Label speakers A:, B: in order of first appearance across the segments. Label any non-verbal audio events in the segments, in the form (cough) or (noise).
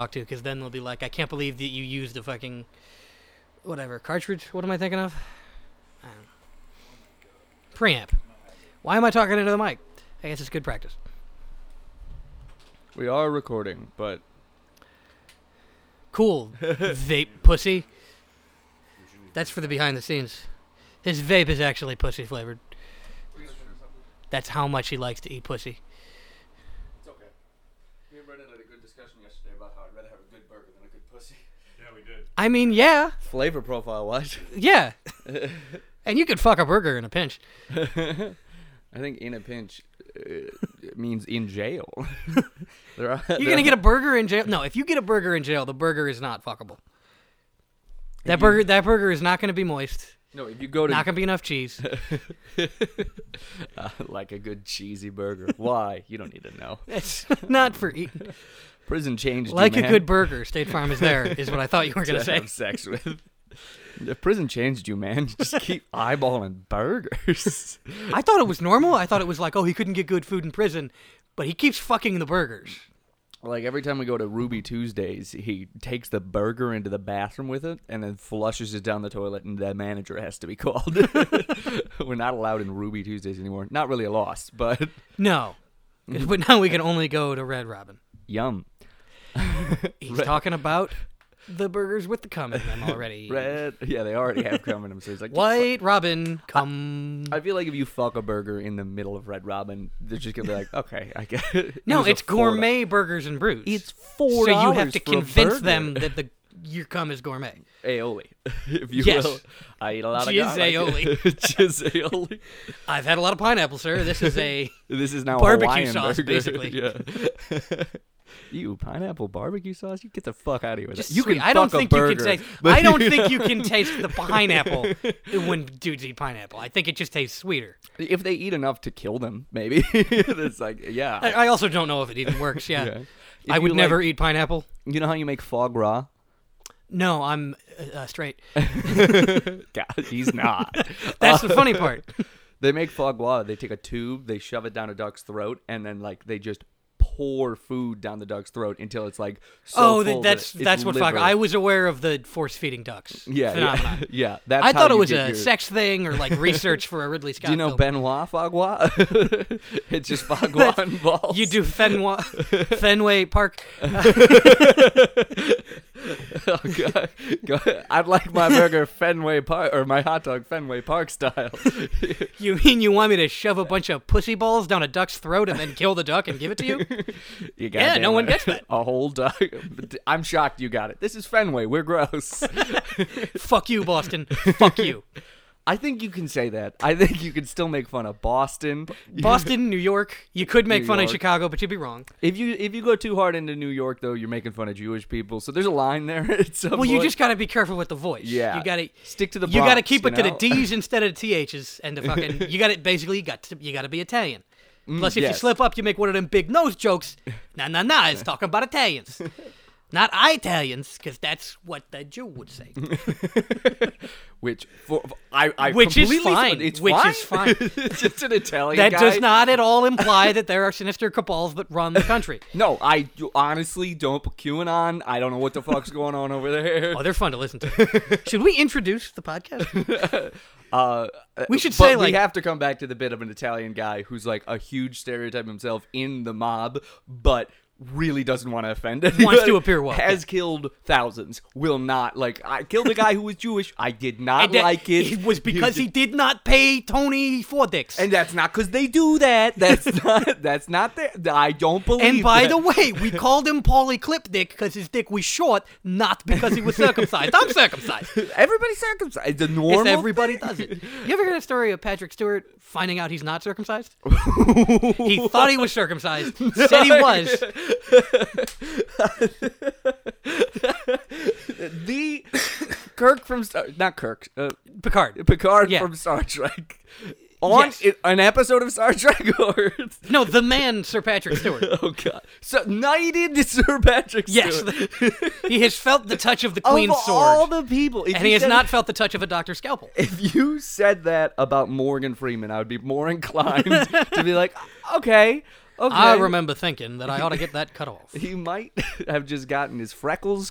A: talk to because then they'll be like, I can't believe that you used a fucking whatever cartridge. What am I thinking of? I don't know. Preamp. Why am I talking into the mic? I guess it's good practice.
B: We are recording, but
A: Cool, vape pussy. That's for the behind the scenes. His vape is actually pussy flavored. That's how much he likes to eat pussy.
C: It's okay. Me and Brendan had a good discussion yesterday about how I'd rather have a good burger than a good pussy.
D: (laughs) Yeah, we did.
A: I mean, yeah,
B: flavor profile wise,
A: yeah. and you could fuck a burger in a pinch.
B: (laughs) I think in a pinch uh, (laughs) means in jail. (laughs) there are, (laughs)
A: You're gonna get a burger in jail. No, if you get a burger in jail, the burger is not fuckable. That burger, that burger is not gonna be moist.
B: no. If you go to
A: Not gonna be enough cheese.
B: (laughs) uh, like a good cheesy burger, why you don't need to know.
A: It's not for eating.
B: Prison changed you,
A: Like a
B: man,
A: good burger, State Farm is there. Is what I thought you were
B: (laughs)
A: gonna
B: to
A: say.
B: have sex with. The prison changed you, man. Just keep (laughs) eyeballing burgers. (laughs)
A: I thought it was normal. I thought it was like, oh, he couldn't get good food in prison, but he keeps fucking the burgers.
B: Like every time we go to Ruby Tuesdays, he takes the burger into the bathroom with it and then flushes it down the toilet, and the manager has to be (laughs) called. We're not allowed in Ruby Tuesdays anymore. Not really a loss, but (laughs)
A: No, but now we can only go to Red Robin.
B: yum.
A: He's talking about the burgers with the cum in them already.
B: Red, yeah, they already have cum in them. So he's like,
A: White Robin, cum.
B: I feel like if you fuck a burger in the middle of Red Robin, they're just gonna be like, okay, I (laughs) get.
A: No, it's gourmet burgers and brews.
B: It's four.
A: So you have to
B: for a
A: convince
B: burger.
A: them that the your cum is gourmet.
B: aioli, (laughs) if you
A: Yes.
B: will. I eat a lot
A: Jizz
B: of garlic.
A: aioli.
B: (laughs) Jizz aioli.
A: I've had a lot of pineapple, sir. This is
B: (laughs)
A: a
B: This is now a
A: Barbecue
B: Hawaiian
A: sauce,
B: burger. (laughs)
A: basically.
B: yeah. (laughs) You pineapple barbecue sauce? You get the fuck out of here with
A: just
B: that. You
A: sweet.
B: can
A: I don't
B: fuck a
A: think you can
B: burger, (laughs)
A: taste.
B: but
A: I don't think you can taste the
B: (laughs)
A: pineapple when dudes eat pineapple. I think it just tastes sweeter.
B: (laughs) If they eat enough to kill them, maybe (laughs) it's like yeah.
A: I, I also don't know if it even works. Uh, Yeah,
B: (laughs) Yeah. If
A: I would
B: you, like-
A: never eat pineapple.
B: You know how you make foie gras?
A: No, I'm uh, uh, straight.
B: God, (laughs) he's not.
A: (laughs) That's the funny part.
B: They make foie gras. They take a tube, they shove it down a duck's throat, and then like they just pour food down the duck's throat until it's like (laughs) so
A: oh,
B: full
A: that, that's
B: that it's
A: that's what fuck.
B: liver.
A: I was aware of the force feeding ducks.
B: (laughs) yeah
A: phenomenon.
B: yeah, yeah. That's
A: I
B: how
A: thought it
B: you
A: was
B: get
A: a
B: your-
A: sex thing or like research for a Ridley Scott.
B: (laughs) Do you know
A: film.
B: Benoit foie gras? (laughs)
A: (laughs)
B: it's just foie gras
A: That's-
B: involved.
A: You do Fenwa- Fenway Park.
B: (laughs) Oh, God. Go- (laughs) I'd like my burger Fenway Park or my hot dog Fenway Park style. (laughs)
A: You mean you want me to shove a bunch of pussy balls down a duck's throat and then kill the duck and give it to
B: (laughs)
A: you?
B: You
A: Yeah, no
B: goddamn
A: one
B: right.
A: gets that.
B: A whole dog. I'm shocked you got it. This is Fenway.
A: (laughs)
B: We're gross.
A: Fuck you, Boston. Fuck
B: (laughs)
A: you.
B: I think you can say that. I think you can still make fun of Boston.
A: Boston, New York. You could make
B: New
A: fun of
B: York.
A: Chicago, but you'd be wrong.
B: If you if you go too hard into New York though, you're making fun of Jewish people. So there's a line there. (laughs) At some
A: Well, you
B: point.
A: just gotta be careful with the voice.
B: yeah.
A: You gotta
B: stick to the.
A: you gotta
B: Bronx,
A: keep
B: you
A: it to the
B: know?
A: D's instead of the THs and the
B: (laughs)
A: fucking. You gotta basically you got to, you gotta be Italian. Plus, if you
B: Mm, yes.
A: slip up, you make one of them big nose jokes. Nah, nah, nah.
B: (laughs)
A: It's talking about Italians, not Italians, because that's what the Jew would
B: (laughs)
A: say.
B: Which for, for- I, I
A: Which is
B: completely-
A: fine.
B: It's
A: Which
B: fine.
A: is fine.
B: (laughs) it's just an Italian.
A: That does
B: guy.
A: not at all imply that there are sinister cabals that run the
B: (laughs)
A: country.
B: No, I honestly don't QAnon. I don't know what the fuck's going on over
A: (laughs)
B: there.
A: Oh, they're fun to listen
B: (laughs)
A: to. Should we introduce the podcast?
B: Uh,
A: We should
B: but
A: say,
B: we
A: like-
B: have to come back to the bit of an Italian guy who's like a huge stereotype himself in the mob, but really doesn't want to offend anyone.
A: to appear woke,
B: Has killed thousands. Will not like. I killed a guy who was Jewish. I did not
A: And that-
B: like it.
A: It was because he did not pay Tony four dicks.
B: And that's not because they
A: (laughs)
B: do that. That's not. That's not there. I don't believe.
A: And by
B: that.
A: the way,
B: (laughs)
A: we called him Paulie Clip Dick because his dick was short, not because he was circumcised. I'm circumcised.
B: everybody's circumcised. uh, The normal.
A: If everybody does it. You ever heard a story of Patrick Stewart finding out he's not
B: (laughs)
A: circumcised? he thought he was circumcised, said he
B: (laughs)
A: was.
B: the Kirk from Star, not Kirk, uh,
A: Picard.
B: Picard
A: Yeah.
B: from Star Trek. On
A: Yes.
B: i- an episode of Star Trek, (laughs) or
A: No, the man, Sir Patrick Stewart.
B: oh god, so knighted to Sir Patrick
A: Yes, (laughs)
B: Stewart.
A: he has felt the touch of the
B: of
A: queen's
B: all
A: sword,
B: the people, if
A: and
B: you
A: he has
B: said-
A: not felt the touch of a doctor's scalpel.
B: If you
A: (laughs)
B: said that about Morgan Freeman, I would be more inclined to be like, okay, Okay.
A: I remember thinking that I ought to get that cut off.
B: He might (laughs) have just gotten his freckles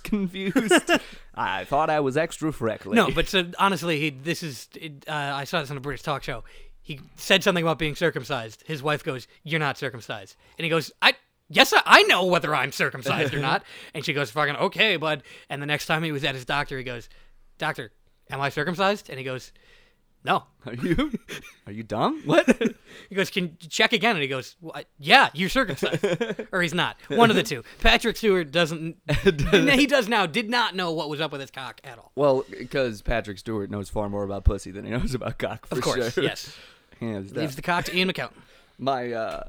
A: (laughs)
B: confused. I thought I was extra freckly.
A: No, but so, honestly, he, this is. It, uh, I saw this on a British talk show. He said something about being circumcised. His wife goes, "You're not circumcised," and he goes, "I." Yes, I- I know whether I'm circumcised or (laughs) not. And she goes, fucking, okay, bud. And the next time he was at his doctor, he goes, Doctor, am I circumcised? And he goes, No.
B: are you are you dumb? What?
A: He goes, "Can you check again?" And he goes, well, I- "Yeah, you're
B: (laughs)
A: circumcised, or he's not. One of the two." Patrick Stewart doesn't. he does now. Did not know what was up with his cock at all.
B: well, because Patrick Stewart knows far more about pussy than he knows about cock. For
A: Of course,
B: sure.
A: yes.
B: (laughs) Hands down.
A: Leaves the cock to Ian
B: (laughs)
A: McCown.
B: my uh,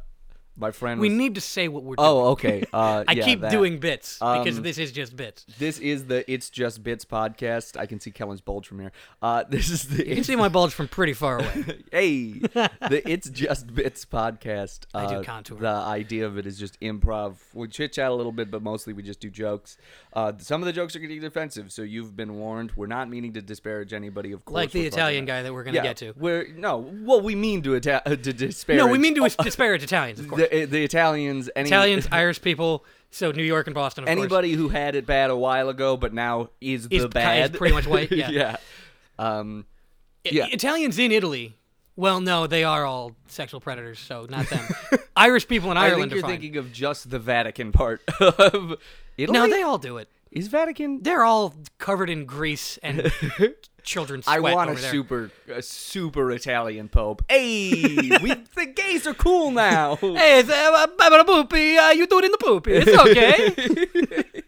B: my friend.
A: We
B: was-
A: need to say what we're doing.
B: Oh, okay. Uh,
A: (laughs) I
B: yeah,
A: keep
B: that.
A: doing bits because
B: Um,
A: this is just bits.
B: This is the It's Just Bits podcast. I can see Kellen's bulge from here. Uh, (laughs) this is the
A: You can see my bulge from pretty
B: (laughs)
A: far away.
B: hey,
A: (laughs)
B: the It's Just Bits podcast.
A: I do
B: uh,
A: contour.
B: The idea of it is just improv. We chit chat a little bit, but mostly we just do jokes. Uh, some of the jokes are getting offensive, so you've been warned. We're not meaning to disparage anybody, of course.
A: Like the
B: we're fucking
A: Italian
B: not.
A: guy that we're gonna
B: Yeah,
A: get to.
B: We're no. Well, we mean to, Ita- uh, to disparage.
A: No, we mean
B: (laughs)
A: to disparage Italians, of course.
B: the, the Italians. Any,
A: Italians, Irish people. So New York and Boston, of course.
B: anybody who had it bad a while ago, but now is the
A: Is- is
B: bad.
A: pretty much
B: (laughs)
A: white, yeah.
B: yeah. Um,
A: I-
B: yeah.
A: Italians in Italy. Well, no, they are all sexual predators, so not
B: (laughs)
A: them. Irish people in
B: I
A: Ireland
B: think you're
A: are fine.
B: thinking of just the Vatican part (laughs) of Italy.
A: no, they all do it.
B: is Vatican.
A: They're all covered in grease
B: (laughs)
A: and children's sweat
B: I want a
A: over there.
B: super, a super Italian pope. Hey,
A: (laughs)
B: we, the gays are cool now.
A: Hey, it's, uh, uh, poopy, uh, you do it in the poopy. It's
B: (laughs)
A: okay.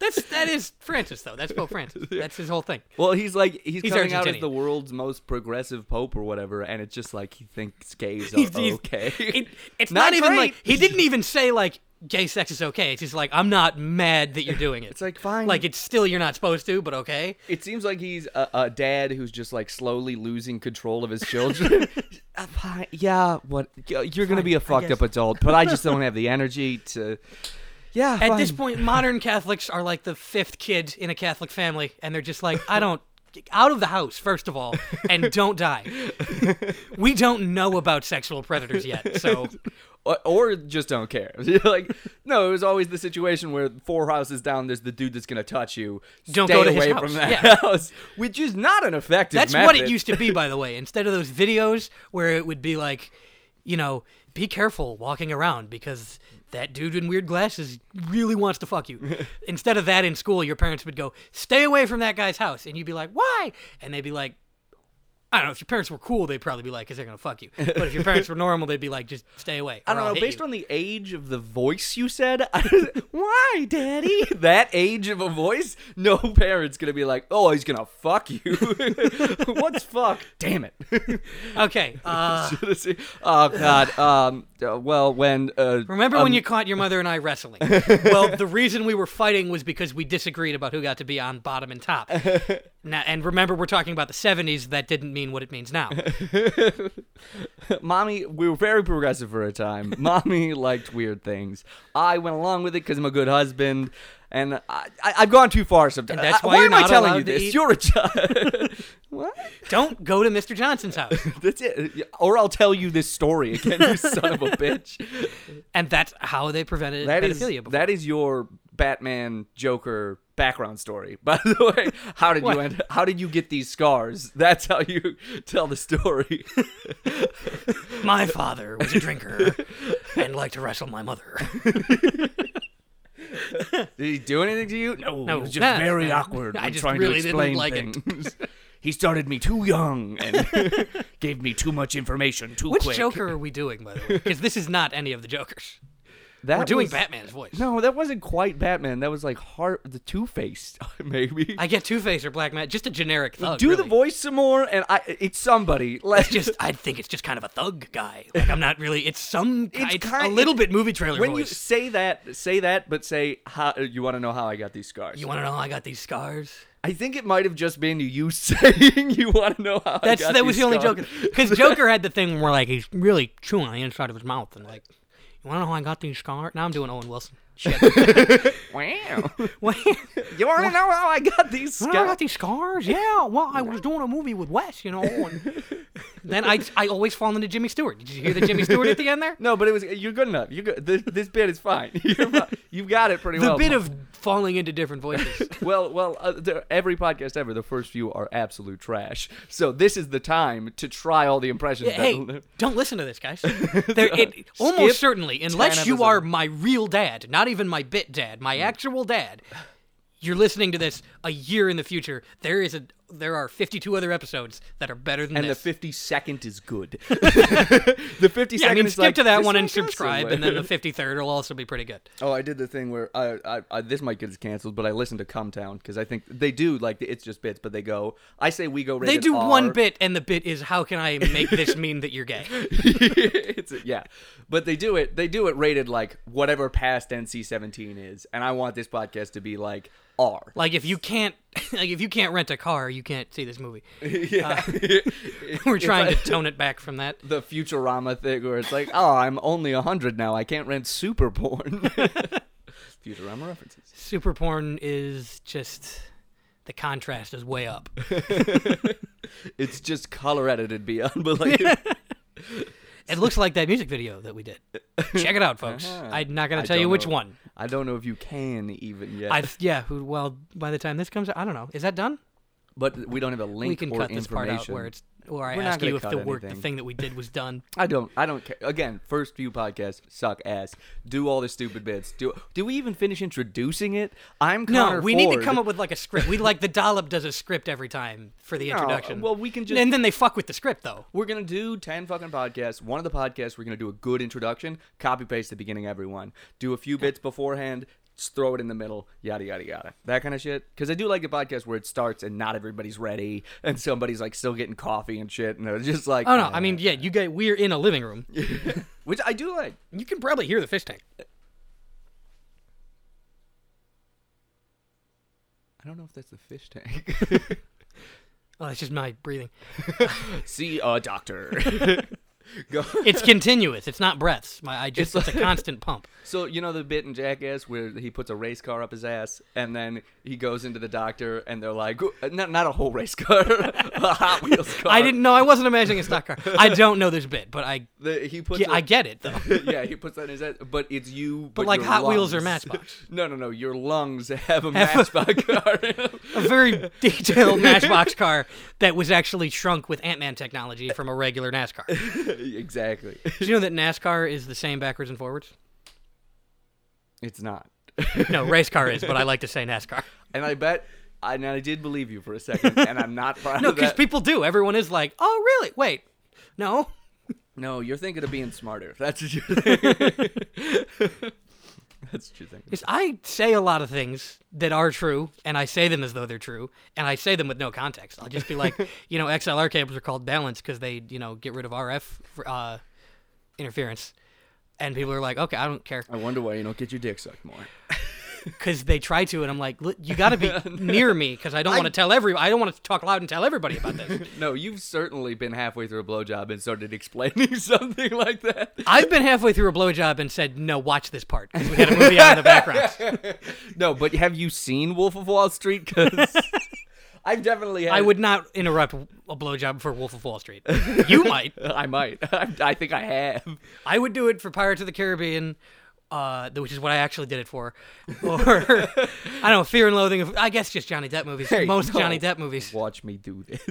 A: That's that is Francis though. That's Pope
B: (laughs)
A: Francis. That's his whole thing.
B: Well, he's like he's,
A: He's
B: coming out as
A: Argentinian.
B: the world's most progressive pope or whatever, and it's just like he thinks gays are
A: He's- he's-
B: okay.
A: it- it's
B: Not
A: not, even
B: great.
A: like he didn't even say like gay sex is okay. It's just like I'm not mad that you're doing it.
B: It's like, fine.
A: Like it's still you're not supposed to, but okay.
B: It seems like he's a, a dad who's just like slowly losing control of his children. (laughs) Uh, fine, yeah, what y- you're gonna be a fucked up adult, but I just don't
A: (laughs)
B: have the energy to. Yeah,
A: At this
B: Ah, fine.
A: point, modern Catholics are like the fifth kid in a Catholic family, and they're just like, I don't. get Out of the house, first of all, and don't die. we don't know about sexual predators yet, so
B: or, or just don't care. (laughs) like, no, it was always the situation where four houses down, there's the dude that's gonna touch you.
A: Don't
B: Stay
A: go to his
B: away
A: house.
B: from that
A: Yeah.
B: (laughs) house, which is not an effective.
A: that's what it
B: method.
A: used to be, by the
B: (laughs)
A: way. Instead of those videos where it would be like, you know, be careful walking around because that dude in weird glasses really wants to fuck you.
B: (laughs)
A: Instead of that in school, your parents would go, stay away from that guy's house. And you'd be like, why? And they'd be like, I don't know. If your parents were cool, they'd probably be like, because they're going to fuck you. But if your parents were normal, they'd be like, just stay away.
B: I don't know. Based on the age of the voice you said, (laughs) I- why, Daddy? (laughs) that age of a voice, no parent's gonna be like, "Oh, he's gonna fuck you." (laughs) What's fuck? Damn it! (laughs)
A: Okay. Uh,
B: oh God. Um. uh, Well, when uh,
A: Remember when
B: um,
A: you caught your mother and I
B: (laughs)
A: wrestling? well, the reason we were fighting was because we disagreed about who got to be on bottom and
B: (laughs)
A: top. now, and remember, we're talking about the 70s. That didn't mean what it means now.
B: mommy, we were very progressive for a time. (laughs) mommy liked weird things. I went along with it because I'm a good husband, and I, I, I've gone too far sometimes.
A: And that's
B: I-
A: why you're
B: am I
A: not
B: telling you
A: allowed to
B: this?
A: eat-
B: You're a child. (laughs) what?
A: Don't go to Mr. Johnson's house.
B: (laughs) That's it. Or I'll tell you this story again, you
A: (laughs)
B: son of a bitch.
A: And that's how they prevented
B: That is
A: pedophilia. before.
B: that is your Batman Joker background story. (laughs) By the way, how did
A: What?
B: you end? How did you get these scars? That's how you tell
A: (laughs)
B: the story.
A: my father was a drinker and liked to wrestle my
B: (laughs)
A: mother.
B: Did he do anything to you? No,
A: No, no, no. (laughs) I just really didn't like it.
B: things. (laughs) he started me too young and (laughs) gave me too much information too
A: Which Joker are we doing, by the way? Because this is not any of the Jokers.
B: That
A: We're doing
B: was-
A: Batman's voice.
B: No, that wasn't quite Batman. That was like heart the Two Face, (laughs) maybe.
A: I get Two Face or Black Matt, just a generic thug.
B: do the
A: really.
B: voice some more, and I
A: (laughs)
B: it's somebody. Let's
A: it's just I think it's just kind of a thug guy. Like I'm not really. It's some. It's,
B: kind-
A: a little bit movie trailer
B: (laughs) when you
A: voice.
B: say that, say that, but say how you want to know how I got these scars.
A: You, want to know how I got these scars?
B: I think it might have just been you (laughs) saying you want to know how. I
A: That's
B: got
A: that was the
B: these
A: only
B: scars.
A: Joker. Because Joker had the thing where like he's really chewing on the inside of his mouth and like, you want to know how I got these scars? Now I'm doing Owen Wilson.
B: (laughs)
A: Shit.
B: (laughs) Wow.
A: (laughs) Well,
B: you want to know how I got these
A: I got these scars. Yeah. Well, I
B: (laughs)
A: was doing a movie with Wes, you know. And then I, I always fall into Jimmy Stewart. Did you hear the Jimmy Stewart at the end
B: (laughs)
A: there?
B: No, but it was you're good enough. You this, this bit is fine. (laughs) You're fi- You've got it pretty
A: The
B: well.
A: bit of falling into different voices.
B: well, well, uh, the, every podcast ever, the first few are absolute trash. So this is the time to try all the impressions.
A: Yeah, hey,
B: that,
A: don't listen to this,
B: (laughs)
A: guys. There, it, almost certainly, unless you
B: episodes. Mm.
A: are my real dad, not even my bit dad, my actual dad, you're listening to this a year in the future. There is a there are 52 other episodes that are better than
B: and the
A: this.
B: 50 second is
A: (laughs)
B: good. the 50
A: yeah, I mean,
B: is
A: skip
B: like,
A: to that
B: this
A: one and
B: might go
A: subscribe, and then the 53rd will also be pretty good.
B: (laughs) Oh, I did the thing where I, I, I this might get us canceled, but I listened to Come Town because I think they do like the, it's just bits, but they go. I say we go.
A: They
B: rated
A: do one
B: R.
A: bit, and the bit is how can I make this mean that you're gay?
B: (laughs) it's a, yeah, but they do it. They do it rated like whatever past NC seventeen is, and I want this podcast to be like R.
A: Like if you can't, (laughs) like if you can't rent a car, you can't see this movie.
B: (laughs)
A: Uh,
B: yeah,
A: (laughs)
B: (laughs)
A: We're trying to tone it back from that.
B: the Futurama thing where it's like, oh, I'm only hundred now. I can't rent super porn.
A: (laughs)
B: (laughs) Futurama references.
A: super porn is just the contrast is way
B: (laughs)
A: up.
B: It's just color edited beyond (laughs) belief.
A: It looks like that music video that we did. Check it out, folks. I'm not gonna
B: Uh-huh. I
A: tell you
B: don't
A: which
B: know.
A: one.
B: I don't know if you can even yet.
A: I yeah. who- Well, by the time this comes out, I don't know. Is that done?
B: but we don't have a link
A: We can
B: or
A: cut this part
B: information.
A: out where it's where I
B: We're not
A: ask
B: gonna
A: you if
B: cut
A: the work, the
B: anything.
A: thing that we did was done.
B: I don't. I don't care. Again, first few podcasts suck ass. Do all the stupid bits. Do. Do we even finish introducing it? I'm Connor
A: no, we need to
B: Ford.
A: come up with like a script. We like the dollop does a script every time for the introduction.
B: well, we can just-
A: and then they fuck with the script though.
B: We're gonna do ten fucking podcasts. One of the podcasts, we're gonna do a good introduction. Copy paste the beginning, everyone. Do a few bits beforehand. Just throw it in the middle. Yada yada yada. That kind of shit. Because I do like the podcast where it starts and not everybody's ready, and somebody's like still getting coffee and shit, and they're just like,
A: Oh no, I mean yeah, you guys, we're in a living room.
B: which I do like.
A: You can probably hear the fish tank.
B: I don't know if that's the
A: (laughs)
B: fish tank.
A: Oh, that's just my breathing.
B: See a doctor. (laughs)
A: (laughs)
B: Go.
A: It's continuous. It's not breaths. My I just it's, a constant pump.
B: So you know the bit in Jackass where he puts a race car up his ass, and then he goes into the doctor, and they're like, uh, not not a whole race car, (laughs) a Hot Wheels car.
A: I didn't know. I wasn't imagining a stock car. I don't know this bit, but I
B: The, he puts.
A: get,
B: a-
A: I get it though.
B: (laughs) yeah, he puts that in his ass, but it's you. But,
A: like
B: your
A: Hot Wheels or
B: lungs.
A: Matchbox.
B: (laughs) no, no, no. Your lungs (laughs) have a
A: (laughs)
B: Matchbox car. in 'em.
A: A very detailed Matchbox car that was actually shrunk with Ant Man technology from a regular NASCAR. Did
B: (laughs) exactly.
A: you know that NASCAR is the same backwards and forwards?
B: It's not.
A: No, race car is, but I like to say NASCAR.
B: And I bet. I, and I did believe you for a second, and I'm not
A: (laughs)
B: proud
A: No,
B: of
A: because
B: that.
A: people do. Everyone is like, "Oh, really? Wait, no."
B: no, you're thinking of being smarter. (laughs) That's what
A: (laughs)
B: you're thinking. (laughs) That's what you're thinking.
A: Because I say a lot of things that are true, and I say them as though they're true, and I say them with no context. I'll just be like, you know, XLR cables are called balanced because they, you know, get rid of RF uh, interference. And people are like, okay, I don't care,
B: I wonder why you don't get your dick sucked more.
A: because they try to, and I'm like, "Look, you got to be near me, because I don't want to tell every, I don't want to talk loud and tell everybody about
B: (laughs)
A: this.
B: No, you've certainly been halfway through a blowjob and started (laughs) explaining something like that.
A: I've been halfway through a blowjob and said, no, watch this part. 'cause We had a movie on in the background.
B: No, but have you seen Wolf of Wall Street?
A: (laughs)
B: Because I've definitely. Had,
A: I would not interrupt a blowjob for Wolf of Wall Street. You might.
B: I might. (laughs) I, I think I have.
A: I would do it for Pirates of the Caribbean, uh, th- which is what I actually did it for. Or (laughs) I don't know, Fear and Loathing. Of, I guess just Johnny Depp movies.
B: Hey,
A: Most
B: no.
A: Johnny Depp movies.
B: Watch me do this.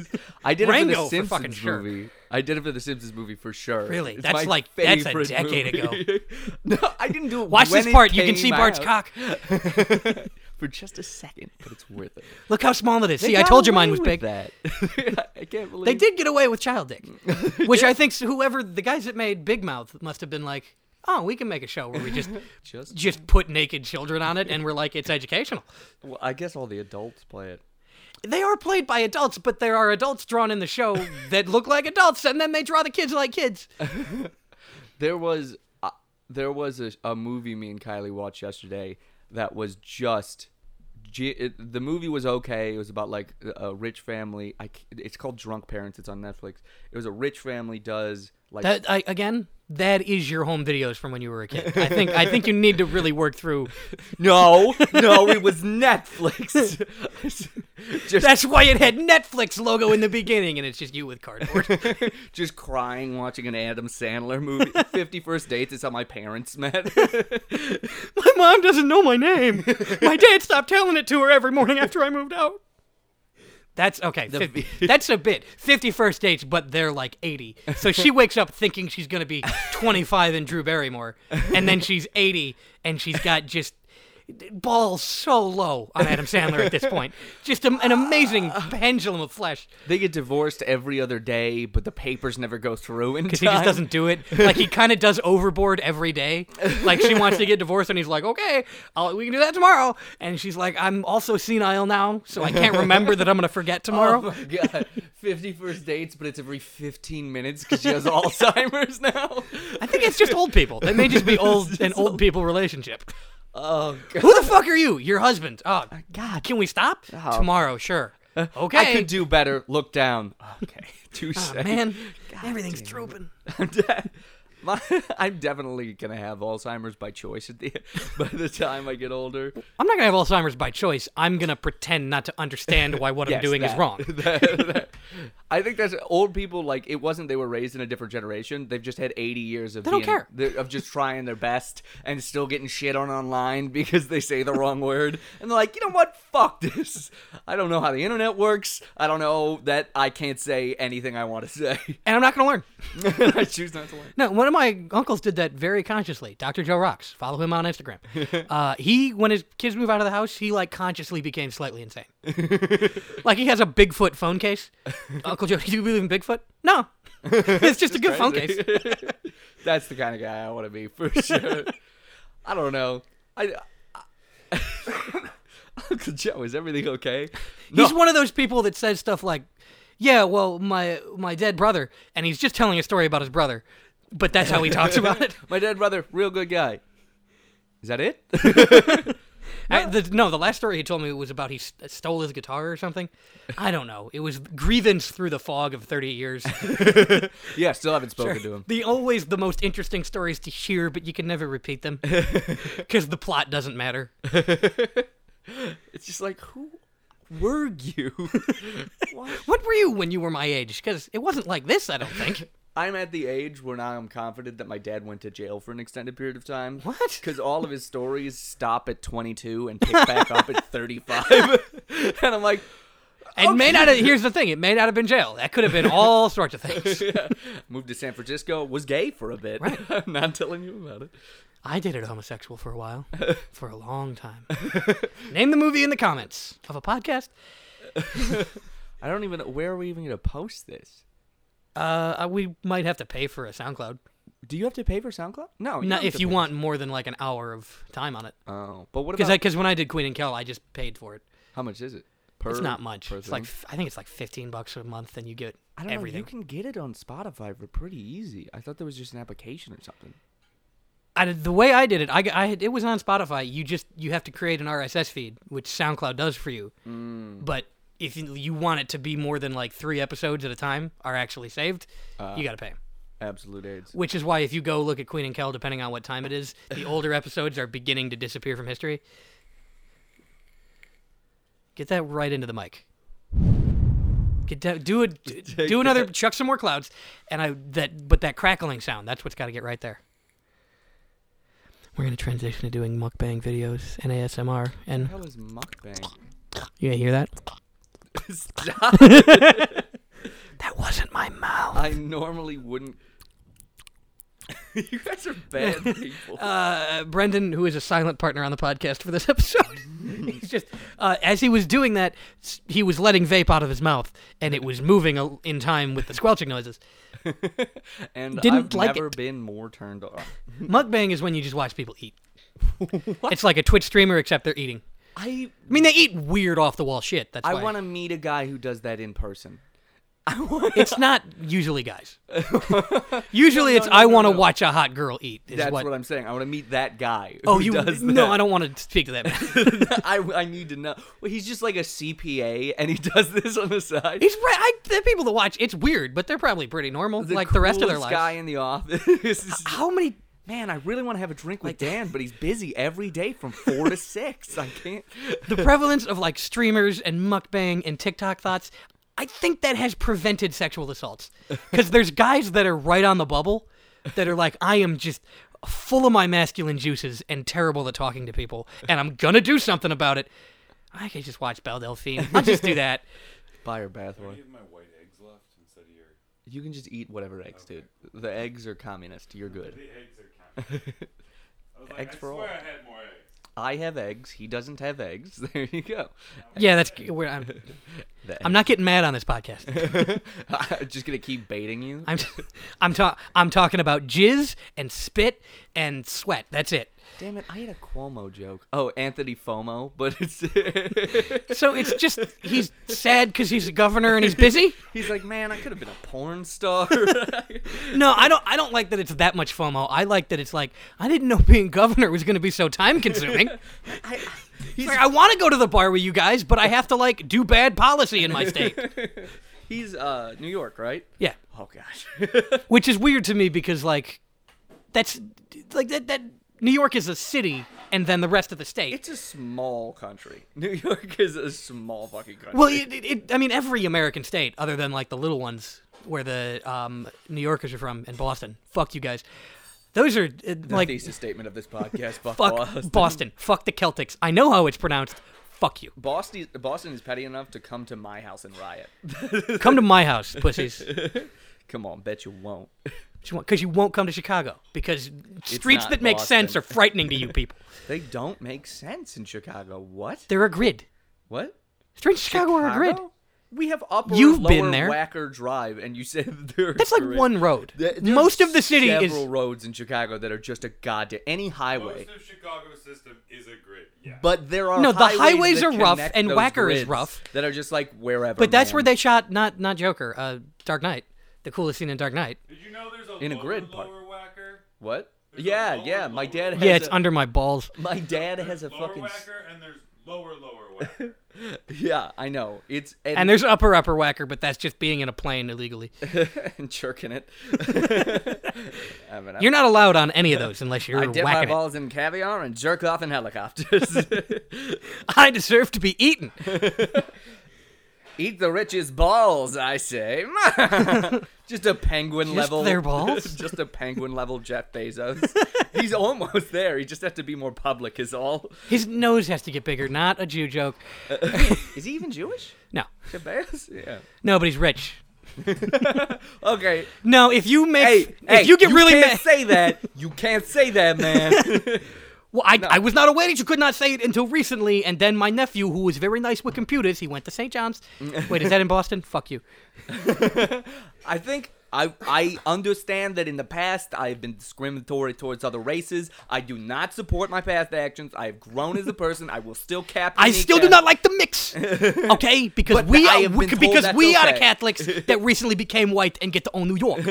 B: I did it
A: Rango
B: for the
A: for
B: Simpsons
A: fucking sure.
B: movie. I did it for the Simpsons movie for sure.
A: Really?
B: It's
A: That's
B: my
A: like- that's a
B: favorite
A: decade
B: movie. (laughs) no, I didn't do it.
A: Watch
B: when
A: this
B: it
A: part. You can
B: came
A: see Bart's
B: out.
A: cock.
B: (laughs) for just a second, but it's worth it.
A: Look how small it is.
B: They
A: see, I
B: got
A: told you
B: away
A: mine was
B: with
A: big.
B: That (laughs) I can't believe
A: They did get away with child
B: (laughs)
A: dick, which I think s- whoever the guys that made Big Mouth must have been like, oh, we can make a show where we just (laughs)
B: Just
A: just put naked children on it, and we're like, it's educational.
B: Well, I guess all the adults play it.
A: They are played by adults, but there are adults drawn in the show that look like adults, and then they draw the kids like kids.
B: There was uh, there was a, a movie me and Kylie watched yesterday that was just ge- it, the movie was okay. It was about like a- a rich family. I c it's called Drunk Parents. It's on Netflix. It was a rich family does Like
A: That I, again, that is your home videos from when you were a kid. I think I think you need to really work through. (laughs)
B: no, no, it was Netflix. just
A: That's why it had Netflix logo in the beginning, and it's just you with cardboard.
B: just crying watching an Adam Sandler
A: (laughs)
B: movie. 50 First Dates is how my parents met.
A: my mom doesn't know my name. My dad stopped telling it to her every morning after I moved out. That's okay. fif- that's a bit. 50 first dates, but they're like 80. So she wakes up thinking she's going to be 25 and Drew Barrymore. And then she's 80 and she's got just balls so low on Adam Sandler at this point. Just a, an amazing pendulum of flesh.
B: they get divorced every other day, but the papers never go through in time.
A: He just doesn't do it. Like he kind of does overboard every day. Like she wants to get divorced, and he's like, "Okay, I'll, we can do that tomorrow." And she's like, "I'm also senile now, so I can't remember that I'm gonna forget
B: (laughs) Oh
A: tomorrow."
B: my god, 50 First Dates, but it's every 15 minutes because
A: (laughs)
B: she has Alzheimer's now.
A: I think it's just old people. That may just be
B: (laughs)
A: old an old people relationship.
B: Oh god. Uh,
A: Who the fuck are you? Your husband? Oh
B: God.
A: Can we stop
B: Oh. Uh,
A: tomorrow? Sure. Okay.
B: I could do better. Look down. (laughs) Okay. Touche.
A: Ah, man, everything's drooping.
B: I'm, de- (laughs) my, I'm definitely gonna have Alzheimer's by choice at the (laughs) by the time I get older.
A: I'm not gonna have Alzheimer's by choice. I'm gonna pretend not to understand why what I'm
B: Yes,
A: doing is
B: that-
A: wrong.
B: (laughs) that- that- I think that's old people. Like it wasn't they were raised in a different generation. They've just had 80 years of
A: They don't
B: being-
A: care.
B: they're- of just trying their best and still getting shit on online (laughs) because they say the wrong word. And they're like, you know what? Fuck this. I don't know how the internet works. I don't know that I can't say anything I want to say. (laughs)
A: And I'm not gonna learn.
B: I choose not to learn.
A: No, one of my uncles did that very consciously. Dr. Joe Rocks. Follow him on Instagram. uh, he, when his kids moved out of the house, he like consciously became slightly insane.
B: (laughs)
A: like he has a Bigfoot phone case. Uncle Joe, do you believe in Bigfoot? No, it's just a good phone
B: (laughs)
A: case.
B: That's the kind of guy I want to be (laughs) for sure. I don't know. I, I- (laughs) Uncle Joe, is everything okay? No.
A: He's one of those people that says stuff like, "Yeah, well, my my dead brother," and he's just telling a story about his brother, but that's how he talks about it.
B: My dead brother, real good guy. Is that it? (laughs)
A: I, the, no, the last story he told me was about he st- stole his guitar or something. I don't know. It was grievance through the fog of thirty years.
B: yeah, still haven't spoken to him.
A: the always the most interesting stories to hear, but you can never repeat
B: (laughs)
A: them because the plot doesn't matter.
B: It's just like, who were you? (laughs)
A: What were you when you were my age? Because it wasn't like this, I don't think.
B: I'm at the age where now I'm confident that my dad went to jail for an extended period of time.
A: What?
B: Because all of his stories stop at 22 (laughs) and pick back up at 35. (laughs) and I'm like,
A: It may not. Have, here's the thing: it may not have been jail. That could have
B: (laughs)
A: been all sorts of things.
B: moved to San Francisco, was gay for a bit.
A: Right.
B: I'm (laughs) not telling you about it.
A: I dated a homosexual for a while, for a long
B: (laughs)
A: time. Name the movie in the comments of a podcast.
B: I don't even know where are we even gonna post this.
A: Uh, we might have to pay for a SoundCloud.
B: Do you have to pay for SoundCloud? No, you
A: Not
B: don't have
A: if
B: to
A: you
B: pay.
A: want more than like an hour of time on it,
B: Oh, but what
A: because
B: about
A: because when I did Queen and Kel, I just paid for it.
B: how much is it? Per,
A: It's not much.
B: per
A: It's like
B: thing?
A: f- I think it's like fifteen bucks a month, and you get
B: I don't
A: everything.
B: know. You can get it on Spotify for pretty easy. I thought there was just an application or something.
A: I did- the way I did it, I, g- I had- it was on Spotify. You just you have to create an RSS feed, which SoundCloud does for you. But if you, you want it to be more than like three episodes at a time are actually saved, you got to pay.
B: Absolute AIDS.
A: Which is why if you go look at Queen and Kel, depending on what time it is, the older episodes are beginning to disappear from history. Get that right into the mic. Get that, do it.
B: (laughs) Take
A: Do another. Chuck some more clouds, and I that. But that crackling sound. That's what's got to get right there. We're gonna transition to doing mukbang videos and ASMR, and
B: Hell is mukbang.
A: you gonna hear that?
B: (laughs) Stop.
A: (laughs) That wasn't my mouth.
B: I normally wouldn't. (laughs) you guys are (laughs) bad people.
A: uh, Brendan, who is a silent partner on the podcast for this (laughs) episode. he's just uh, as he was doing that, s- he was letting vape out of his mouth, and it was moving a- in time with the squelching noises.
B: and
A: didn't
B: I've
A: like
B: never
A: it.
B: been more turned off.
A: Mukbang is when you just watch people eat. It's like a Twitch streamer except they're eating.
B: I
A: I mean, they eat weird off the wall shit. That's
B: I
A: why.
B: want to meet a guy who does that in person.
A: it's not usually
B: (laughs)
A: guys. usually, it's I want to watch a hot girl eat. Is
B: That's
A: what,
B: what, I'm saying. I want to meet that guy.
A: oh,
B: (laughs) who
A: you
B: does
A: no,
B: that.
A: I don't want to speak to that man.
B: I, I need to know. Well, he's just like a CPA, and he (laughs) does this on the side.
A: He's right. I, the people that watch, it's weird, but they're probably pretty normal, like the rest of their
B: coolest
A: lives.
B: guy in the office. (laughs)
A: How many?
B: Man, I really want to have a drink with Dan, but he's busy every day from four (laughs) to six. I can't.
A: The prevalence of like streamers and mukbang and TikTok thoughts. I think that has prevented sexual assaults because there's guys that are right on the bubble that are like, I am just full of my masculine juices and terrible at talking to people, and I'm gonna do something about it. I could just watch Belle Delphine. I'll just do that.
B: (laughs) Buy her bathroom.
C: I have my white eggs left instead of your.
B: You can just eat whatever eggs, dude. The eggs are communist.
C: (laughs)
B: You're
C: The
B: good.
C: eggs are counting. (laughs) I was like,
B: Eggs
C: I
B: for all.
C: swear I had more eggs.
B: I have eggs. He doesn't have eggs. (laughs) There you go.
A: Yeah, that's where I'm.
B: The
A: I'm not getting mad on this podcast.
B: (laughs) I'm just gonna keep baiting you.
A: I'm I'm ta- I'm talking about jizz and spit and sweat. That's it.
B: Damn it! I had a Cuomo joke. Oh, Anthony Fomo, but it's (laughs)
A: So it's just he's sad because he's a governor and he's busy.
B: he's like, man, I could have been a porn star. (laughs)
A: No, I don't. I don't like that it's that much FOMO. I like that it's like I didn't know (laughs) being governor was going to be so time consuming.
B: (laughs) I,
A: It's
B: he's
A: like, I want to go to the bar with you guys, but I have to like do bad policy in my
B: (laughs)
A: state.
B: he's uh New York, right?
A: Yeah,
B: Oh gosh.
A: which is weird to me because like that's like that that New York is a city and then the rest of the state.
B: (laughs) It's a small country. (laughs) New York is a small fucking country.
A: Well, it, it, it, I mean, every American state, other than like the little ones where the um, New Yorkers are from and Boston. Fuck you guys. Those are uh,
B: the
A: like
B: thesis statement of this podcast. Fuck,
A: (laughs) fuck
B: Boston.
A: Boston. Fuck the Celtics. I know how it's pronounced. Fuck you.
B: Boston, Boston is petty enough to come to my house and riot.
A: Come to my
B: (laughs)
A: house, pussies.
B: Come on, bet you won't.
A: Because you won't come to Chicago. Because streets
B: not
A: that make sense
B: Boston.
A: are frightening to you people.
B: They don't make sense in Chicago. What?
A: They're a grid.
B: What?
A: Streets in Chicago, are a grid.
B: Chicago? We have upper,
A: You've
B: lower
A: been there.
B: Wacker Drive, and you said (laughs) that they're
A: That's like
B: grid.
A: one road.
B: There- there's
A: Most of the city is.
B: several roads in Chicago that are just a goddamn any highway.
C: Most of Chicago's system is a grid. Yeah.
B: But there are
A: No, the
B: highways
A: highways
B: that
A: are rough
B: connect
A: and
B: those
A: Wacker is
B: grids
A: rough.
B: That are just like wherever.
A: But that's
B: Oh, man.
A: where they shot not not Joker, uh, Dark Knight, the coolest scene in Dark Knight.
C: Did you know there's a
B: In a
C: lower,
B: grid part.
C: lower whacker?
B: What?
C: There's a
B: yeah,
C: lower,
B: yeah. My
C: lower
B: dad. Has
A: Yeah, it's
B: a,
A: under my balls.
B: My dad has a
C: There's lower
B: fucking. s-
C: whacker and there's lower lower
B: (laughs)
C: whacker.
B: Yeah, I know. It's and,
A: And there's upper upper whacker, but that's just being in a plane illegally.
B: (laughs) and
A: (laughs)
B: jerking it. (laughs) I, mean, I-
A: You're not allowed on any of those unless you're
B: I dip my
A: whacking it.
B: balls in caviar and jerk off in helicopters.
A: (laughs)
B: (laughs)
A: I deserve to be eaten.
B: Eat the rich's balls, I say. (laughs) Just a penguin level.
A: their balls?
B: (laughs) just a penguin level Jeff Bezos. He's almost there. He just has to be more public, is all.
A: (laughs) His nose has to get bigger. Not a Jew joke.
B: Is he even Jewish?
A: No,
B: Jeff Bezos? Yeah.
A: no, but he's rich.
B: (laughs) Okay.
A: No, if you make
B: Hey,
A: if
B: hey,
A: you get really
B: can't
A: mad,
B: say that. You can't say
A: (laughs)
B: that, man.
A: well, I, I was not aware that you could not say it until recently, and then my nephew, who was very nice with computers, he went to St.
B: (laughs)
A: John's. Wait, is that in Boston? Fuck you.
B: I think I I understand that in the past I have been discriminatory towards other races. I do not support my past actions. I have grown as a person. I will still cap.
A: I still do not like the
B: (laughs)
A: mix, okay? Because
B: But
A: we
B: I
A: are
B: have
A: we,
B: been told
A: because
B: that's
A: we are the
B: okay.
A: Catholics that recently became white and get to own New York.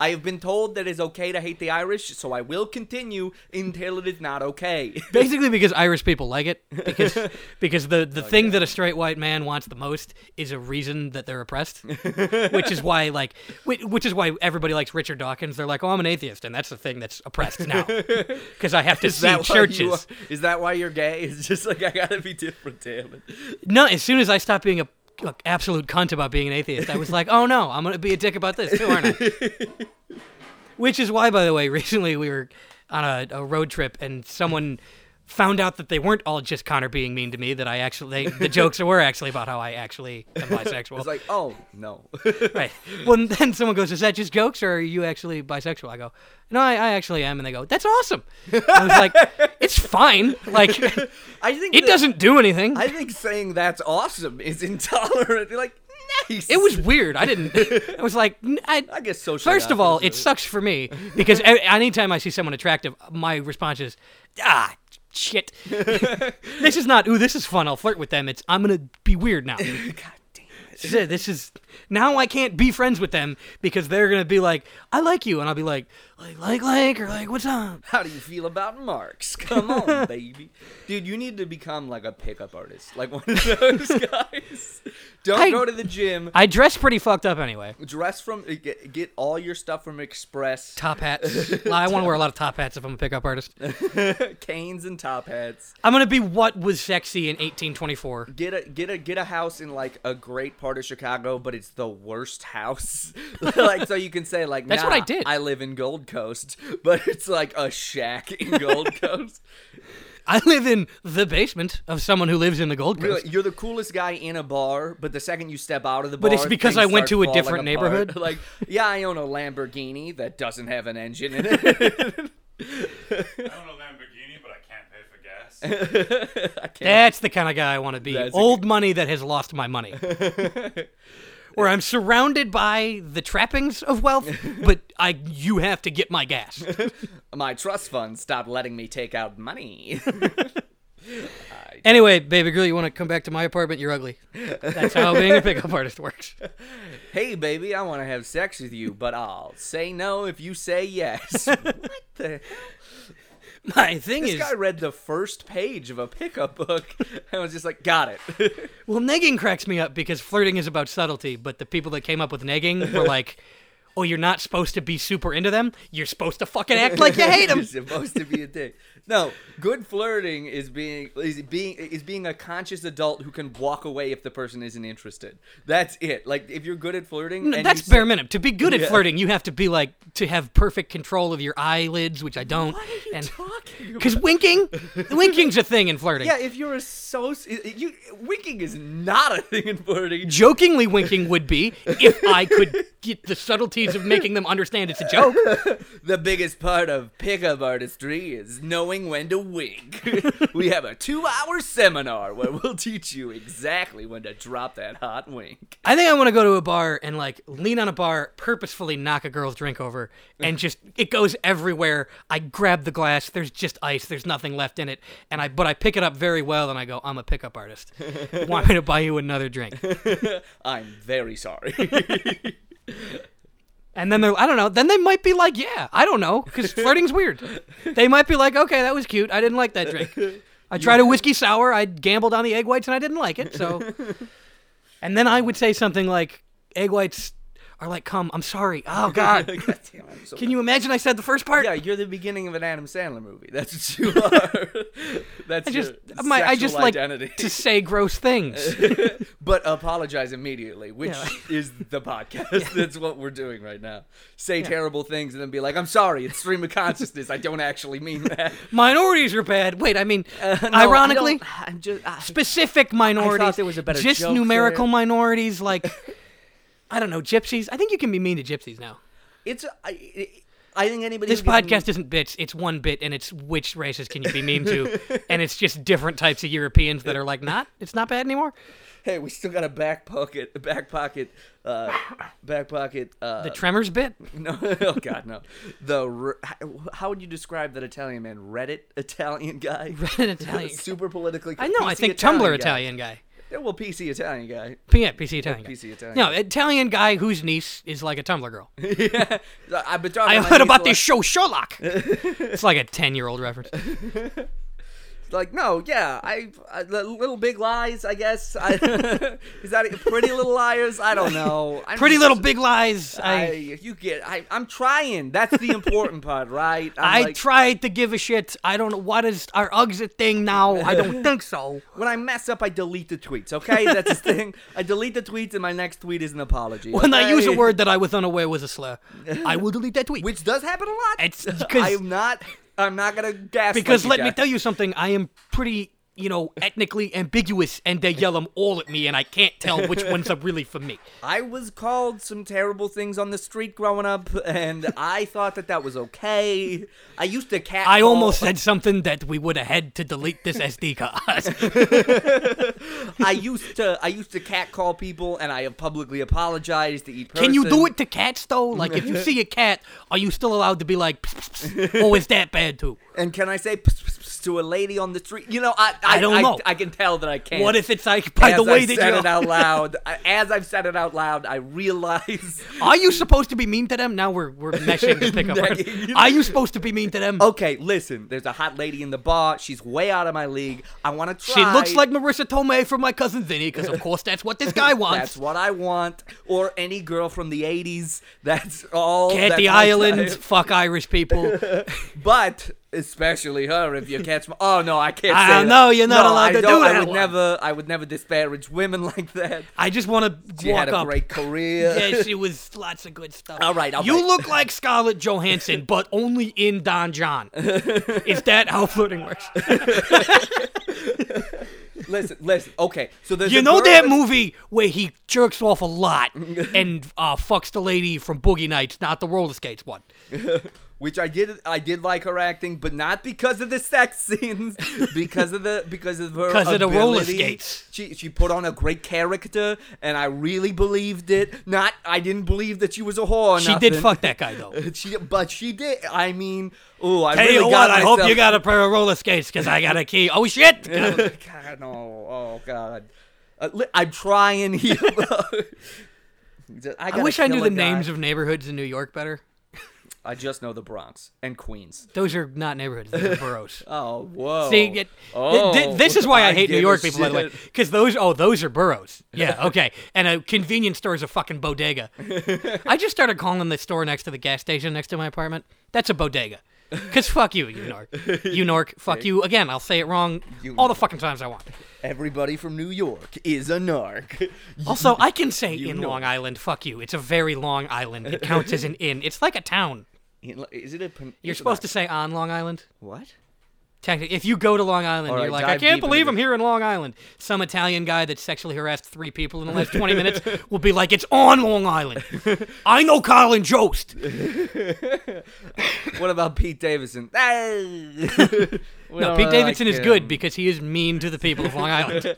B: I have been told that it's okay to hate the Irish, so I will continue until it is not okay. (laughs)
A: Basically, because Irish people like it, because because the the thing that a straight white man wants the most is a reason that they're oppressed, which is why like whi- which is why everybody likes Richard Dawkins. They're like, oh, I'm an atheist, and that's the thing that's oppressed
B: (laughs)
A: now, because I have to see
B: why you
A: churches.
B: are- is that why you're gay? (laughs) It's just like I gotta be different, damn it.
A: No, as soon as I stopped being a a absolute cunt about being an atheist, I was like, oh no, I'm gonna be a dick about this too, aren't I?
B: (laughs)
A: Which is why, by the way, recently we were on a, a road trip and someone found out that they weren't all just Connor being mean to me. That I actually, they, the jokes were actually about how I actually am bisexual.
B: It's like, oh no. (laughs)
A: right. Well, and then someone goes, "Is that just jokes, or are you actually bisexual?" I go, "No, I, I actually am," and they go, "That's awesome." I was like, "It's fine.
B: (laughs)
A: Like,
B: I think
A: it
B: that-
A: doesn't do anything."
B: I think saying that's awesome is (laughs) intolerant. They're like, nice.
A: It was weird. I didn't. I was like, n- I,
B: I guess social.
A: first of all,
B: activism
A: it
B: is-
A: sucks for me because a- anytime I see someone attractive, my response is, ah, shit. (laughs) this is not. Ooh, this is fun. I'll flirt with them. It's I'm gonna be weird now.
B: God damn it.
A: This is it. This is now I can't be friends with them because they're gonna be like, I like you, and I'll be like, like, like, like, or like, what's up?
B: How do you feel about marks?
A: (laughs)
B: Come on, baby. Dude, you need to become like a pickup artist, like one of
A: (laughs)
B: those guys. Don't
A: I-
B: go to the gym.
A: I dress pretty fucked up anyway.
B: Dress from get, get all your stuff from Express, (laughs)
A: Top hats. I want to wear a lot of top hats if I'm a pickup artist.
B: canes and top hats.
A: I'm gonna be what was sexy in 1824.
B: Get a get a get a house in like a great part of Chicago, but it's the worst house. (laughs) like so you can say like
A: That's what
B: "Nah,
A: I did."
B: I live in Gold Coast, (laughs) but it's like a shack in
A: (laughs)
B: Gold Coast.
A: I live in the basement of someone who lives in the Gold Coast.
B: Really, you're the coolest guy in a bar, but the second you step out of the bar,
A: But it's because
B: things
A: I went
B: start
A: to a
B: falling
A: different
B: apart.
A: neighborhood?
B: (laughs) Like, yeah, I own a Lamborghini that doesn't have an engine in it.
C: I own
B: (laughs)
C: a Lamborghini, but I can't pay for
B: (laughs)
C: gas.
B: I can't.
A: That's the kind of guy I want to be.
B: That's a
A: Old money that has lost my
B: (laughs)
A: money. Where I'm surrounded by the trappings of wealth,
B: (laughs)
A: but I you have to get my gas.
B: My trust fund stopped letting me take out money. (laughs)
A: Anyway, baby girl, you want to come back to my apartment? You're ugly. That's how being a pickup artist
B: (laughs)
A: works.
B: hey, baby, I want to have sex with you, but I'll say no if you say yes. (laughs) what the?
A: My thing
B: This
A: is,
B: guy read the first page of a pickup book (laughs) and was just like, "Got it."
A: well, negging cracks me up because flirting is about subtlety, but the people that came up with negging
B: (laughs)
A: were like, oh, you're not supposed to be super into them. You're supposed to fucking act like you
B: (laughs)
A: hate them.
B: You're supposed to be a dick. No, good flirting is being is being is being a conscious adult who can walk away if the person isn't interested. That's it. Like if you're good at flirting, (laughs) and
A: That's
B: you say-
A: bare minimum. To be good at
B: Yeah.
A: flirting, you have to be like to have perfect control of your eyelids, which I don't.
B: What are
A: (laughs)
B: you talking about?
A: Because
B: (laughs)
A: winking, winking's a thing in flirting.
B: Yeah, if you're a so you winking is not a thing in flirting.
A: Jokingly winking would be if I could get the subtleties of making them understand it's a
B: (laughs)
A: joke.
B: The biggest part of pickup artistry is knowing when to (laughs) wink. we have a two-hour seminar where we'll teach you exactly when to drop that hot wink. (laughs)
A: I think I want to go to a bar and like lean on a bar, purposefully knock a girl's drink over, and just it goes everywhere. I grab the glass. There's just ice. There's nothing left in it, and I but I pick it up very well, and I go, I'm a pickup artist. Want me to buy you another drink?
B: I'm very (laughs) sorry.
A: And then they're, I don't know, then they might be like, yeah, I don't know,
B: (laughs)
A: because flirting's weird. They might be like, okay, that was cute. I didn't like that drink. I tried a whiskey sour. I gambled on the egg whites and I didn't like it. So,
B: (laughs)
A: and then I would say something like, egg whites are like, come, I'm sorry. Oh,
B: (laughs)
A: God.
B: God damn, I'm so
A: Can you imagine I said the first part?
B: Yeah, Ah, you're the beginning of an Adam Sandler movie. That's what you (laughs) are. That's
A: I just,
B: your
A: my, I
B: sexual
A: just like
B: identity.
A: to say gross
B: (laughs)
A: things.
B: but apologize immediately, which
A: Yeah.
B: (laughs) is the podcast. That's what we're doing right now. Say terrible things and then be like, "I'm sorry. It's stream of consciousness. I don't actually (laughs) mean that."
A: Minorities are bad. Wait, I mean, (laughs)
B: Uh, No, I
A: ironically,
B: don't- I'm just. I-
A: specific minorities.
B: there was a better
A: just
B: joke
A: numerical
B: there.
A: minorities, like (laughs) I don't know, gypsies. I think you can be mean to gypsies now.
B: it's. I, I think anybody.
A: This
B: who gives me-
A: podcast isn't bits; it's one bit, and it's which races can you be mean
B: (laughs)
A: to, and it's just different types of Europeans that are like, not, it's not bad anymore.
B: Hey, we still got a back pocket. Back pocket. Uh, back pocket. Uh,
A: The Tremors bit.
B: (laughs) No, oh god, no. The re- how- how would you describe that Italian man? Reddit Italian guy.
A: (laughs) Reddit
B: (laughs)
A: Italian.
B: Super politically.
A: I know. I
B: PC
A: think Tumblr Italian
B: Italian guy.
A: guy.
B: Yeah, well, PC Italian guy.
A: P- Yeah, PC Italian. guy.
B: PC Italian
A: No,
B: guy.
A: Italian guy whose niece is like a Tumblr
B: (laughs)
A: girl.
B: yeah, I've been talking.
A: I
B: to my
A: heard
B: niece
A: about
B: a
A: this
B: lot.
A: show
B: (laughs)
A: Sherlock. it's like a ten-year-old reference.
B: Like, no, yeah, I, I the Little Big Lies. I (laughs) guess. I, is that it? Pretty Little Liars? I don't know. I'm
A: Pretty
B: just-
A: Little Big Lies.
B: I,
A: I
B: you get. I, I'm trying. That's the
A: (laughs)
B: important part, right? I'm
A: I
B: like-
A: tried to give a shit. I don't know what is our Uggs a thing now. I
B: (laughs)
A: don't think so.
B: When I mess up, I delete the tweets. Okay, that's the thing. I delete the tweets, and my next tweet is an apology.
A: When I use a
B: okay?
A: word that I was unaware was a slur, I will delete that tweet.
B: which does happen a lot. (laughs)
A: It's 'cause-
B: I'm not. I'm not gonna gas.
A: because let me tell you something, I am pretty, you know, ethnically ambiguous, and they yell them all at me, and I can't tell which ones are really for me.
B: I was called some terrible things on the street growing up, and I thought that that was okay. I used to cat. (laughs)
A: I almost said something that we would have had to delete this SD
B: (laughs)
A: card.
B: I used to. I used to catcall people, and I have publicly apologized to each person.
A: Can you do it to cats though? Like,
B: (laughs)
A: if you see a cat, are you still allowed to be like, "Psst, psst, psst," or is that bad too?
B: (laughs) And can I say? "Psst, psst, psst," to a lady on the street. You know, I I,
A: I don't know.
B: I can tell that I can't.
A: What if it's like by
B: as
A: the way
B: I
A: that
B: said
A: you
B: it
A: (laughs)
B: out loud, I, as I've said it out loud, I realize. (laughs)
A: Are you supposed to be mean to them? Now we're we're meshing the pickup.
B: Nagging.
A: artist. Are you supposed to be mean to them?
B: Okay, listen. There's a hot lady in the bar. She's way out of my league. I want to try.
A: She looks like Marissa Tomei from My Cousin Vinny, because of course that's what this
B: (laughs)
A: guy
B: That's
A: wants.
B: what I want. Or any girl from the '80s. That's all.
A: Cat
B: that's
A: the
B: my
A: Island,
B: type.
A: fuck Irish
B: (laughs)
A: people.
B: But especially her, if you catch my. Oh no, I can't.
A: I
B: say
A: don't
B: that.
A: know, you're not
B: No,
A: allowed
B: I
A: to
B: don't-
A: do
B: I
A: that
B: would
A: one.
B: never. I would never disparage women (laughs) like that.
A: I just want to
B: She
A: walk
B: had a
A: up.
B: great career.
A: yeah,
B: (laughs)
A: she was lots of good stuff.
B: All right, all
A: you
B: right.
A: look like Scarlett Johansson, but only in Don
B: (laughs)
A: John. Is that how flirting works?
B: listen, listen. Okay, so there's
A: You
B: a
A: know
B: girl
A: that
B: in-
A: movie where he jerks off a
B: (laughs)
A: lot and uh, fucks the lady from Boogie Nights, not the roller skates one.
B: which I did. I did like her acting, but not because of the
A: (laughs)
B: sex scenes, because of the because of her
A: Because of the roller
B: ability.
A: skates.
B: She she put on a great character, and I really believed it. Not I didn't believe that she was a whore. or
A: She did
B: nothing.
A: fuck that guy
B: (laughs)
A: though.
B: She, but she did. I mean, oh, I
A: Tell
B: really
A: you what,
B: got
A: I hope you
B: myself-
A: got a pair of roller skates because I got a key. Oh shit!
B: (laughs) God, no. Oh, God. Uh, li- I'm
A: (laughs)
B: trying here. (laughs) I,
A: I
B: gotta
A: wish I knew
B: kill
A: the
B: a guy.
A: names of neighborhoods in New York better.
B: I just know the Bronx and Queens.
A: Those are not neighborhoods; they're
B: (laughs)
A: boroughs.
B: Oh, whoa.
A: See, it, th-
B: oh,
A: th- this is why I hate New
B: give a
A: York people, by the way,
B: shit.
A: because those oh those are
B: (laughs)
A: boroughs. Yeah, okay. and a convenience store is a fucking bodega. I just started calling the store next to the gas station next to my apartment. That's a bodega. Cause fuck you, you Nork. You Nork.
B: (laughs)
A: Fuck you again. I'll say it wrong all the fucking times I want.
B: Everybody from New York is
A: (laughs)
B: a narc.
A: Also, I can say in
B: know.
A: Long Island, fuck you. It's a very long island. It counts
B: (laughs)
A: as an inn. It's like a town.
B: is it a. pen-
A: You're
B: it's
A: supposed
B: not-
A: to say on Long Island.
B: What?
A: Technically, if you go to Long Island,
B: All
A: you're
B: right,
A: like, I can't
B: dive deep into
A: believe I'm
B: this.
A: here in Long Island. Some Italian guy that sexually harassed three people in the last 20
B: (laughs)
A: minutes will be like, it's on Long Island. I know Colin Jost.
B: (laughs) What about Pete Davidson?
A: (laughs)
B: no,
A: No, Pete Davidson is good because he is mean to the people of Long
B: (laughs)
A: Island.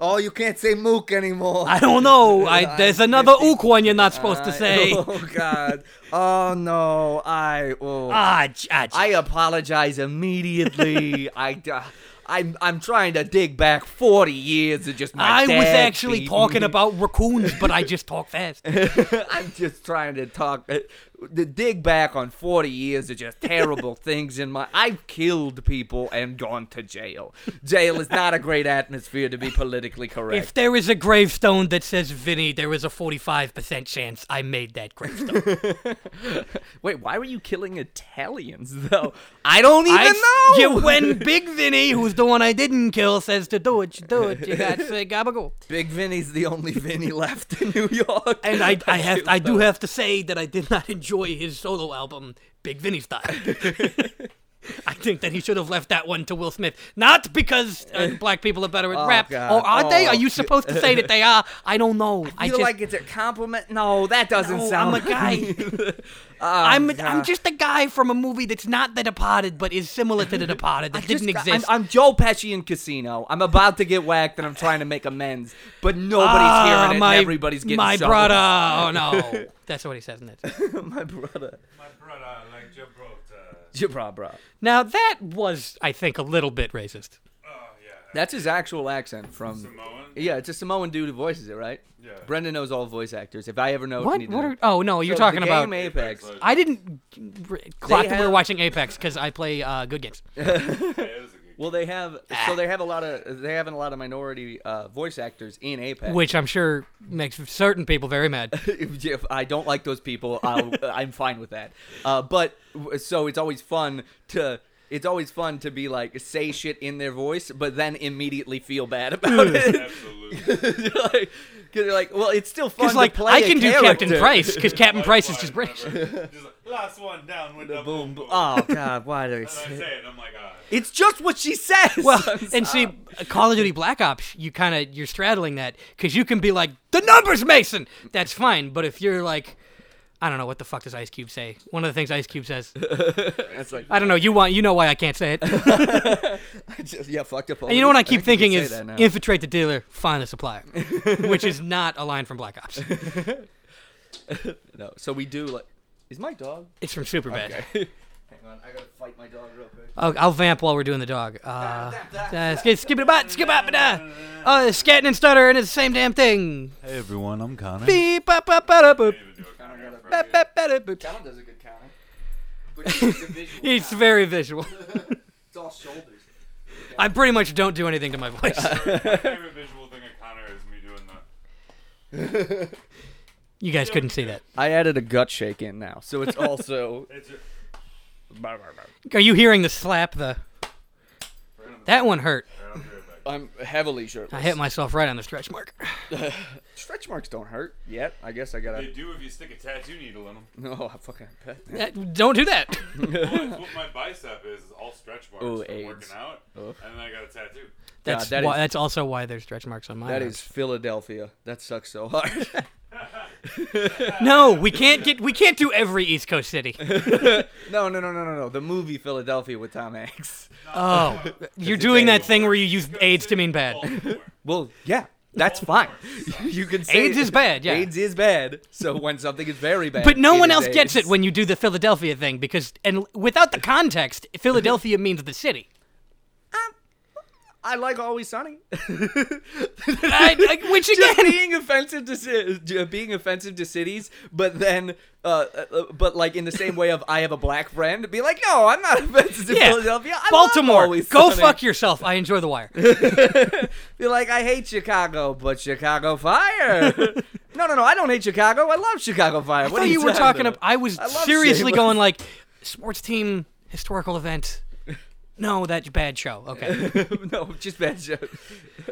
B: Oh, you can't say mook anymore.
A: I don't
B: (laughs)
A: know. I, there's another ook one you're not supposed to
B: I-
A: say.
B: (laughs) Oh God. Oh no. I. Oh.
A: Ah, j- ah, j-
B: I
A: (laughs)
B: apologize immediately. I. Uh, I'm. I'm trying to dig back 40 years of just my.
A: I was
B: dad
A: actually
B: beating
A: talking
B: me.
A: about raccoons, but I just talk fast.
B: (laughs) I'm just trying to talk. Uh, to dig back on 40 years of just (laughs) terrible things in my. I've killed people and gone to jail. Jail is not a great atmosphere to be politically correct.
A: If there is a gravestone that says Vinny, there is a 45% chance I made that gravestone.
B: (laughs) Wait, why were you killing Italians though? I don't even
A: I-
B: know. (laughs)
A: Yeah, when Big Vinny, who's the one I didn't kill, says to do it, you do it. You
B: (laughs)
A: got to say gabagool.
B: Big Vinny's the only Vinny left in New York.
A: And I, I have, I do have to say that I did not enjoy his solo album, Big Vinny
B: (laughs)
A: Style. I think that he should have left that one to Will Smith. Not because uh, black people are better at
B: Oh,
A: rap.
B: God.
A: Or are they?
B: Oh,
A: Are you
B: God.
A: supposed to say that they are? I don't know. I,
B: feel
A: just,
B: like it's a compliment. No, that doesn't
A: No,
B: sound.
A: I'm
B: (laughs) Oh,
A: a guy. I'm, I'm just a guy from a movie that's not The Departed, but is similar
B: (laughs)
A: to The Departed that didn't
B: got-
A: exist.
B: I'm, I'm Joe Pesci in Casino. I'm about to get whacked, and I'm trying to make amends, but nobody's
A: Ah,
B: hearing it. and everybody's getting
A: my
B: shoveled. (laughs)
A: brother. Oh no, that's what he says in it.
B: my brother.
C: My brother, like your brother.
B: Your bra, bra.
A: Now that was, I think, a little bit racist.
C: Oh yeah.
B: That's his actual accent from.
C: Samoan?
B: Yeah, it's a Samoan dude who voices it, right?
C: Yeah.
B: Brendan knows all voice actors. If I ever know,
A: What?
B: need to
A: What
B: know.
A: are? Oh no, you're
B: So
A: talking
B: the
A: about.
B: game Apex.
C: Excellent.
A: I didn't r- clock that we were
B: have-
A: watching Apex because I play uh, good games.
C: Yeah, it
B: (laughs)
C: was a good.
B: Well, they have
A: Ah.
B: so they have a lot of they have a lot of minority uh, voice actors in Apex.
A: Which I'm sure makes certain people very mad.
B: (laughs) if, if I don't like those people,
A: (laughs)
B: I'll, I'm fine with that. Uh, but w- so it's always fun to it's always fun to be like say shit in their voice, but then immediately feel bad about it.
C: Absolutely.
B: (laughs) like, you you're like, well, it's still fun.
A: Because
B: To
A: like
B: play
A: I
B: a
A: can do
B: character.
A: Captain Price because
B: (laughs)
A: Captain Price is
C: Likewise,
A: just British.
C: remember? Just like, last one down with the boom.
B: Boom! boom. (laughs) Oh God, why do I
C: And I
B: say?
C: say it, I'm like, ah.
B: It's just what she says. (laughs)
A: Well, and see, Call of Duty Black Ops, you kind of you're straddling that because you can be like the numbers, Mason. That's fine, but if you're like, I don't know what the fuck does Ice Cube say. One of the things Ice Cube says,
B: it's like (laughs)
A: I don't know. You want you know why I can't say it. And
B: just, yeah, fucked up.
A: you know what
B: (laughs)
A: I keep
B: can
A: thinking
B: say
A: is
B: that now.
A: infiltrate the dealer, find the
B: (laughs)
A: supplier, which is not a line from Black Ops.
B: no. So we do like. Is my dog?
A: It's from Superbad.
B: Okay. (laughs) Hang
C: on. I gotta fight my dog real quick.
A: I'll, I'll vamp while we're doing the dog.
B: (laughs)
A: Uh, uh, skip, skip it about, skip up, uh, uh, scatting and stutter, and it's the same damn thing.
D: Hey everyone, I'm Connor.
A: Beep, ba, ba, ba, da, boop.
C: Connor got a
A: Ba, ba, ba, da, boop.
C: Connor does a good counter. But
B: (laughs)
C: it's a visual.
A: It's
C: counter.
A: very visual.
C: It's all shoulders.
A: I pretty much don't do anything to my
B: (laughs)
A: voice.
E: (laughs) favorite visual thing of Connor is me doing the.
A: You guys couldn't see that.
B: I added a gut shake in now, so it's (laughs) also.
E: It's
A: Are you hearing the slap? The that one hurt.
B: I'm heavily shirtless.
A: I hit myself right on the stretch mark.
B: stretch marks. Don't hurt yet. I guess I (laughs)
E: They
B: gotta.
E: do if you stick a tattoo needle in them.
B: No, Oh, I fucking bet.
A: That- Uh, don't do that.
E: (laughs) That's what my bicep is, is all stretch marks
B: Ooh,
E: from
B: AIDS.
E: working out, and then I got a tattoo. (laughs)
A: That's
B: that
A: why,
B: is-
A: that's also why there's stretch marks on mine.
B: That is Philadelphia. That sucks so (laughs) hard.
A: no. We can't get. We can't do every East Coast
B: (laughs)
A: city.
B: no, no, no, no, no, no. The movie Philadelphia with Tom Hanks.
A: Oh, you're doing that
B: AIDS.
A: thing where you use AIDS to mean bad.
E: Baltimore.
B: (laughs) Well, yeah, that's (laughs) fine. you can say
A: AIDS is
B: (laughs)
A: bad, yeah.
B: AIDS Oh, is bad. So when something is very bad,
A: But no
B: it
A: one
B: is
A: else gets it
B: AIDS.
A: when you do the Philadelphia thing because, and without the context, Philadelphia means the
B: (laughs)
A: city.
B: I like Always Sunny. (laughs)
A: I, I, which
B: Just
A: again,
B: being offensive to ci- uh, being offensive to cities, but then, uh, uh, uh, but like in the same way of I have a black friend, be like, no, I'm not (laughs) offensive to
A: yeah,
B: Philadelphia. I love
A: Baltimore,
B: Always
A: go
B: Sunny.
A: fuck yourself. I enjoy The
B: (laughs)
A: Wire. (laughs)
B: Be like, I hate Chicago, but
A: (laughs)
B: Chicago Fire. no, no, no, I don't hate Chicago. I love Chicago Fire.
A: I
B: what are
A: thought you were
B: talking
A: talking.
B: about?
A: About? I was
B: I love
A: seriously
B: Sailors.
A: going like sports team historical event. No, that's bad show. Okay,
B: (laughs) no, just bad joke.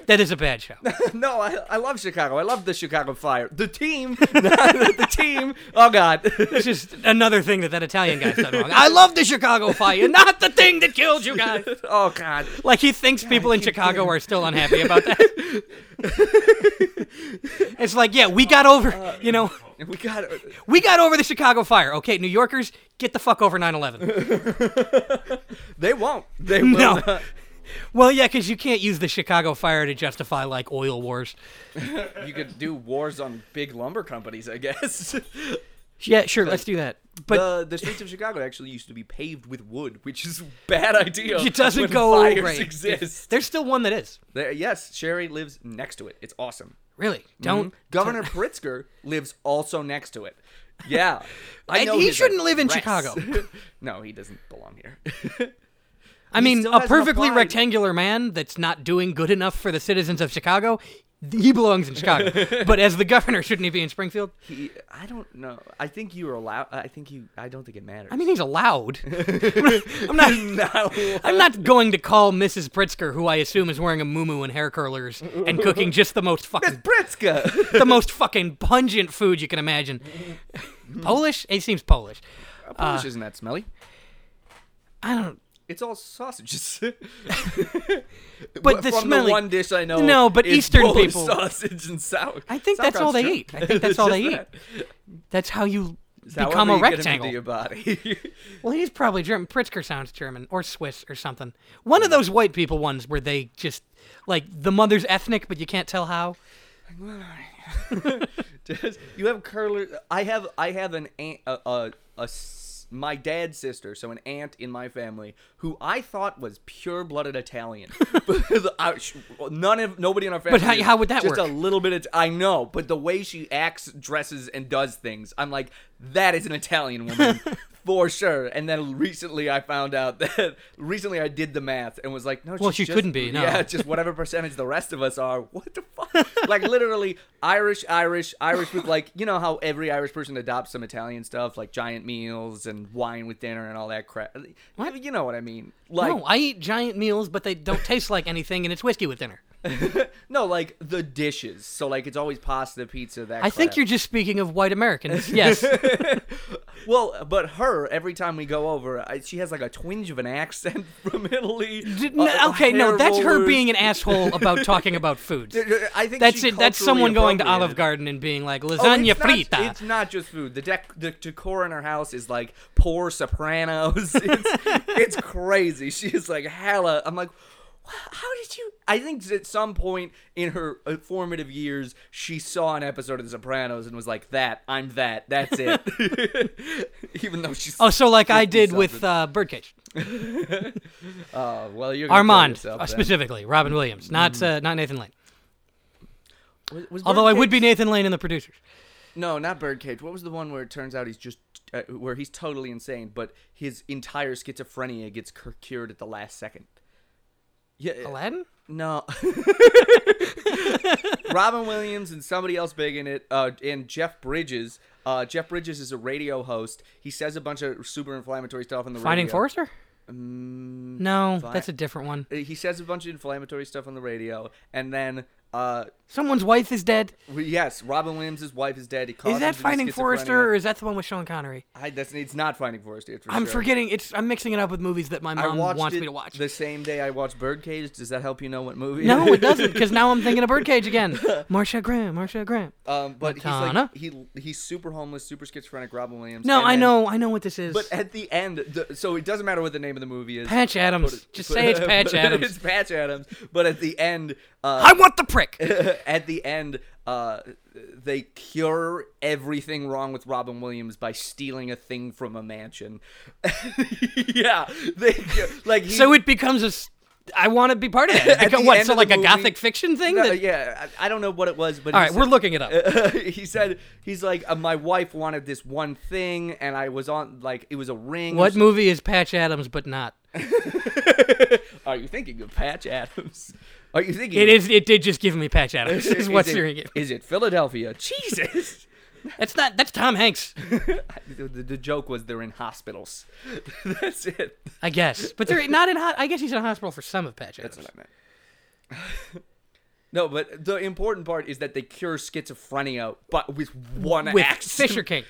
A: that is a bad
B: (laughs)
A: show.
B: No, I, I love Chicago. I love the Chicago Fire. The team, (laughs) not the team. Oh God, (laughs)
A: This is another thing that that Italian guy's done wrong. I love the Chicago Fire, not the thing that killed you guys.
B: oh God.
A: Like he thinks people in Chicago are still unhappy about that. (laughs) it's like, yeah, we got
B: Uh,
A: over, you know,
B: We got
A: we got over the Chicago Fire. Okay, New Yorkers, get the fuck over 9/11.
B: They won't. They will
A: No.
B: not.
A: Well, yeah, because you can't use the Chicago Fire to justify like oil wars.
B: You could do wars on big lumber companies, I guess. (laughs)
A: Yeah, sure, let's do that. But
B: the, the streets of Chicago actually used to be paved with wood, which is a bad idea.
A: It doesn't
B: when
A: go
B: fires
A: right.
B: exist.
A: There's still one that is.
B: There, yes, Sherry lives next to it. It's awesome. Mm-hmm.
A: Really? Don't.
B: Governor Pritzker lives also next to it.
A: (laughs)
B: Yeah, I
A: And
B: know
A: he
B: his
A: shouldn't live in
B: address.
A: Chicago.
B: (laughs) no, he doesn't belong here. (laughs)
A: I mean,
B: still
A: a
B: hasn't
A: perfectly
B: applied.
A: rectangular man that's not doing good enough for the citizens of Chicago, he belongs in (laughs) Chicago. but as the governor, shouldn't he be in Springfield?
B: He, I don't know. I think you were allowed. I think you. I don't think it matters.
A: I mean, he's (laughs) allowed. I'm
B: (laughs)
A: not. I'm not going to call Mrs. Pritzker, who I assume is wearing a muumuu and hair curlers and cooking just the most fucking
B: Pritzker.
A: the most fucking pungent food you can (laughs) imagine. Polish? It seems Polish.
B: Polish isn't that smelly?
A: Uh, I don't.
B: It's all sausages. (laughs)
A: But the
B: from
A: smelly.
B: the one dish I know.
A: No, but
B: is
A: Eastern
B: Polish
A: people-
B: sausage and sour.
A: I think that's all they eat. I
B: (laughs)
A: think that's all they eat. That's how you become a rectangle.
B: To your body. (laughs)
A: Well, he's probably German. Pritzker sounds German or Swiss or something. One
B: Hmm.
A: of those white people ones where they just like the mother's ethnic, but you can't tell how.
B: Just- you have curlers. I have. I have an aunt. A, a, a s- my dad's sister, so an aunt in my family, who I thought was pure-blooded
A: (laughs)
B: Italian. But I- she- None of nobody in our family.
A: how-
B: is.
A: how would that
B: Just
A: work?
B: a little bit. Of, I know, but the way she acts, dresses, and does things, I'm like, that is an
A: (laughs)
B: Italian woman. For sure, and then recently I found out (laughs) that recently I did the math and was like, no,
A: Well,
B: she's
A: she
B: just-
A: couldn't be, no.
B: yeah, just whatever percentage the rest of us are. What the fuck? like literally Irish, Irish, Irish with like you know how every Irish person adopts some Italian stuff like giant meals and wine with dinner and all that crap.
A: What?
B: You know what I mean? Like
A: no, I eat giant meals, but they don't taste like anything, and it's whiskey with dinner.
B: no, like the dishes. So like it's always pasta, pizza, that.
A: I think
B: crap.
A: you're just speaking of white (laughs) Americans.
B: (laughs)
A: Yes,
B: Well, but her every time we go over, I, she has like a twinge of an accent (laughs) from Italy.
A: D-
B: Uh,
A: no, okay, no,
B: hair
A: that's her
B: rollers.
A: being an asshole about talking about
B: (laughs)
A: food.
B: I think
A: That's
B: she
A: it. That's
B: culturally
A: someone going to Olive
B: appropriated.
A: Garden and being like
B: Oh,
A: lasagna
B: it's
A: frita.
B: Not, it's not just food. The dec- the decor in her house is like poor (laughs) Sopranos. It's, it's crazy. She's like hella. I'm like, "Wha- how did you? I think at some point in her uh, formative years, she saw an episode of The Sopranos and was like, "That I'm that. That's
A: (laughs)
B: it." (laughs) Even though she's
A: Oh, so like I did with
B: 50-something.
A: uh, Birdcage,
B: Oh, well, you're gonna kill
A: Armand
B: yourself Hmm.
A: uh,
B: then.
A: specifically, Robin Williams, not uh, not Nathan Lane.
B: Was- was
A: Although I would be
B: Birdcage-
A: Nathan Lane in the producers.
B: No, not Birdcage. What was the one where it turns out he's just uh, where he's totally insane, but his entire schizophrenia gets cur- cured at the last second. Yeah, uh,
A: Aladdin.
B: no. (laughs) Robin Williams and somebody else big in it, uh, and Jeff Bridges. Uh, Jeff Bridges is a radio host. He says a bunch of super inflammatory stuff on the
A: Finding
B: radio.
A: Forrester?
B: Mm,
A: no, that's a different one.
B: Uh, He says a bunch of inflammatory stuff on the radio, and then uh,
A: Someone's wife is dead.
B: we- yes, Robin Williams' wife is dead. It
A: Is
B: causes him
A: that
B: to be
A: Finding Forrester
B: schizophrenic.
A: or is that the one with Sean Connery?
B: I, that's, it's not Finding Forrester. It's for
A: I'm
B: sure.
A: forgetting. It's I'm mixing it up with movies that my
B: I
A: mom
B: watched
A: Um, wants
B: it
A: me to watch.
B: the same day I watched Birdcage. Does that help you know what
A: (laughs)
B: movie?
A: No, it
B: is?
A: doesn't, because now I'm
B: (laughs)
A: thinking of Birdcage again. Marsha Graham, Marsha Graham.
B: um, but he's
A: Madonna.
B: like he he's super homeless, super schizophrenic. Robin Williams.
A: No,
B: and
A: I
B: then-
A: know, I know what this is.
B: But uh, at the end, the, so it doesn't matter what the name of the movie is.
A: Patch Adams.
B: But-
A: Just
B: but-
A: say it's Patch
B: but (laughs) It's
A: Adams.
B: Patch Adams. But at the end, uh,
A: I want the prick.
B: (laughs) at the end, uh, they cure everything wrong with Robin Williams by stealing a thing from a mansion. (laughs) yeah, they like he, (laughs)
A: So it becomes a. s- I want to be part of that.
B: At
A: Beca-
B: the
A: what?
B: end
A: So
B: of
A: like
B: the
A: a
B: movie-
A: gothic fiction thing?
B: No,
A: that-
B: yeah, Uh, I, I don't know what it was, but
A: All
B: he
A: right, we're
B: said-
A: looking it up.
B: (laughs) he said he's like uh, my wife wanted this one thing and i was on like it was a ring or
A: What
B: something."
A: movie is Patch Adams but not?
B: (laughs) are you thinking of patch adams are you thinking
A: It
B: (laughs) of-
A: is. It did just give me Patch Adams. Is what's
B: it-
A: hearing it.
B: is it philadelphia jesus (laughs)
A: That's not. That's Tom Hanks,
B: the, the- the joke was they're in hospitals (laughs) that's it
A: I guess. But they're not in. Ho- I guess he's in a hospital for some of Patch Adams.
B: that's what i meant (laughs) No, but the important part is that they cure schizophrenia, but with one
A: With
B: axe.
A: Fisher King.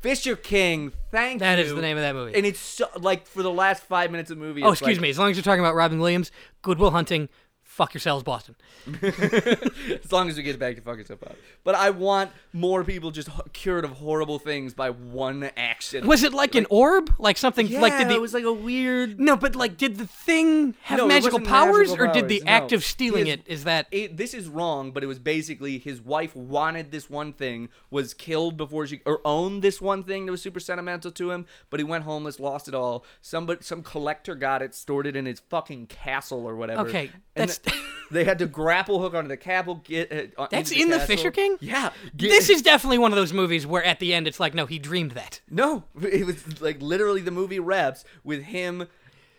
B: Fisher King. Thank
A: That
B: you.
A: is the name of that movie.
B: And it's so, like for the last five minutes of the movie.
A: Oh,
B: it's
A: excuse
B: like-
A: me. As long as you're talking about Robin Williams, Goodwill Hunting, fuck yourselves, Boston.
B: as long as we get back to fucking stuff up. But I want more people just h- cured of horrible things by one action.
A: Was it like an orb? Like something
B: Yeah,
A: like did the
B: it was like a weird.
A: No, but like did the thing have
B: No, it
A: magical
B: wasn't
A: powers
B: magical
A: or did the
B: powers,
A: act
B: no.
A: of stealing
B: His-
A: it is that
B: It, this is wrong, but it was basically his wife wanted this one thing, was killed before she or owned this one thing that was super sentimental to him. But he went homeless, lost it all. Somebody, some collector got it, stored it in his fucking castle or whatever.
A: Okay,
B: And
A: that's-
B: th- they had to grapple hook onto the castle. Get uh, on-
A: That's
B: into
A: in the
B: castle.
A: Fisher King?
B: Yeah, get-
A: This is definitely one of those movies where at the end it's like no, he dreamed that.
B: No, (laughs) it was like literally the movie wraps with him,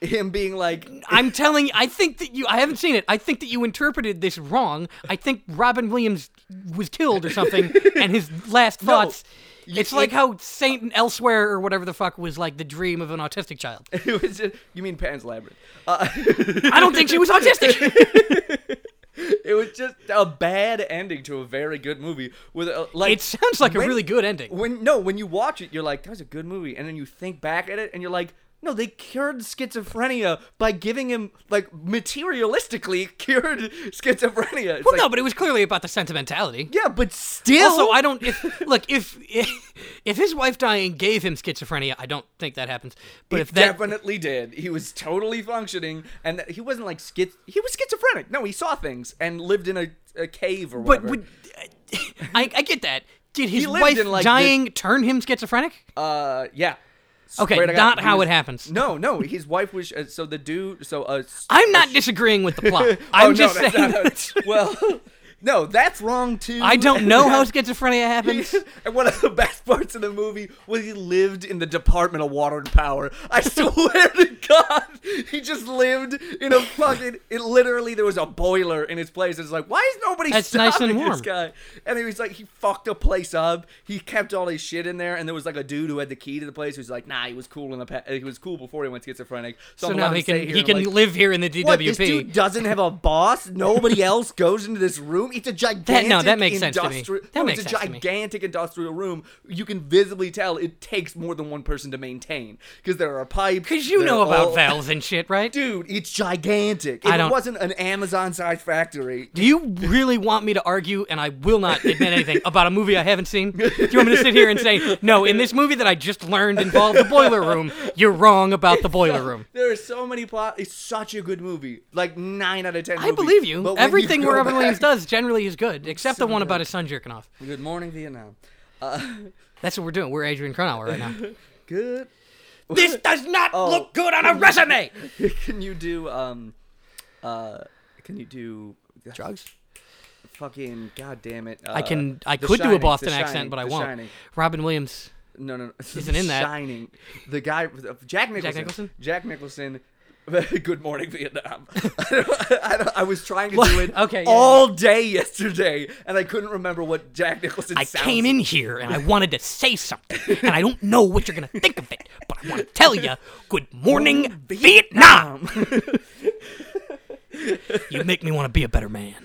B: him being like, (laughs)
A: I'm telling you, I think that you I haven't seen it. I think that you interpreted this wrong. I think Robin Williams was killed or something and his last thoughts
B: You-
A: it's like
B: it-
A: how Saint Elsewhere or whatever the fuck was like the dream of an autistic
B: (laughs)
A: child.
B: it was just, you mean Pan's Labyrinth? Uh,
A: I don't think she was autistic.
B: (laughs) it was just a bad ending to a very good movie with a, like.
A: It sounds like a
B: when-
A: really good ending.
B: When no, when you watch it, you're like, that was a good movie, and then you think back at it, and you're like. No, they cured schizophrenia by giving him like materialistically (laughs) cured schizophrenia. It's
A: Well,
B: like,
A: no, but it was clearly about the sentimentality.
B: yeah, but still,
A: Also, I don't. If, look, if, (laughs) if if his wife dying gave him schizophrenia, I don't think that happens. But
B: He
A: if that,
B: definitely did. He was totally functioning, and that, he wasn't like schiz. He was schizophrenic. No, he saw things and lived in a, a cave or
A: but
B: whatever.
A: would (laughs) I, I get that? Did his
B: lived
A: wife
B: in, like,
A: dying turn him schizophrenic?
B: uh, yeah.
A: Okay,
B: Swear to God,
A: not
B: he
A: how
B: was-
A: it happens.
B: No, no. His wife was uh, so the dude. So uh, s-
A: (laughs) I'm
B: (laughs)
A: not disagreeing with the plot.
B: oh,
A: I'm
B: no,
A: just
B: that's
A: saying.
B: not how it- (laughs) well, no, that's wrong too.
A: I don't know
B: (laughs)
A: how schizophrenia happens.
B: and one of the best parts of the movie was he lived in the Department of Water and Power. I (laughs) swear to God, he just lived in a fucking. It literally there was a boiler in his place. It's like, why is nobody
A: That's nice
B: stopping
A: and
B: this
A: warm.
B: guy? And he was like, he fucked the place up. He kept all his shit in there, and there was like a dude who had the key to the place. Who's like, nah, he was cool in the pa- he was cool before he went schizophrenic. So,
A: So
B: I'm
A: now
B: allowed
A: he
B: to
A: can
B: stay here.
A: he
B: And I'm
A: can
B: like,
A: live here in the
B: what, this
A: DWP. (laughs)
B: dude doesn't have a boss. Nobody else goes into this room. room. It's a gigantic.
A: no, that makes sense to me.
B: industri-
A: That
B: no,
A: makes
B: it's a
A: sense to me.
B: gigantic industrial room. You can visibly tell it takes more than one person to maintain because there are pipes.
A: Because you
B: there
A: know
B: are
A: about
B: all-
A: valves and shit, right?
B: Dude, it's gigantic. If
A: I don't-
B: it wasn't an Amazon-sized factory,
A: Do you really want me to argue, and I will not admit
B: (laughs)
A: anything, about a movie I haven't seen? Do you want me to sit here and say, no, in this movie that I just learned involved the boiler room, you're wrong about the boiler room?
B: (laughs) There are so many plot. It's such a good movie. Like nine out of ten.
A: I
B: movies.
A: believe you.
B: But when
A: Everything
B: you go
A: Robin
B: back- (laughs)
A: Williams does generally is good, except the one about his son jerking off.
B: Good morning, Vietnam.
A: That's what we're doing. We're Adrian Cronauer right
B: (laughs)
A: now.
B: Good.
A: this does not
B: Oh.
A: look good on a resume.
B: (laughs) Can you do um, uh, can you do
A: Drugs?
B: Fucking god damn it! Uh,
A: I can. I
B: The
A: could do
B: Shining,
A: a
B: The
A: Boston accent,
B: Shining,
A: but I
B: The
A: won't.
B: Shining.
A: Robin Williams.
B: No, no, no.
A: (laughs)
B: (laughs)
A: Isn't in that.
B: Shining. The guy, Jack Nicholson.
A: Nicholson?
B: Jack Nicholson. (laughs) Good morning, Vietnam. (laughs) I, don't, I, don't, I was trying to do it
A: (laughs) Okay, yeah,
B: all day yesterday, and I couldn't remember what Jack Nicholson.
A: I
B: sounds
A: came in here
B: (laughs)
A: and I wanted to say something, and I don't know what you're gonna think of it, but I want to tell you, good morning, Vietnam.
B: um, (laughs)
A: you make me want to be a better man.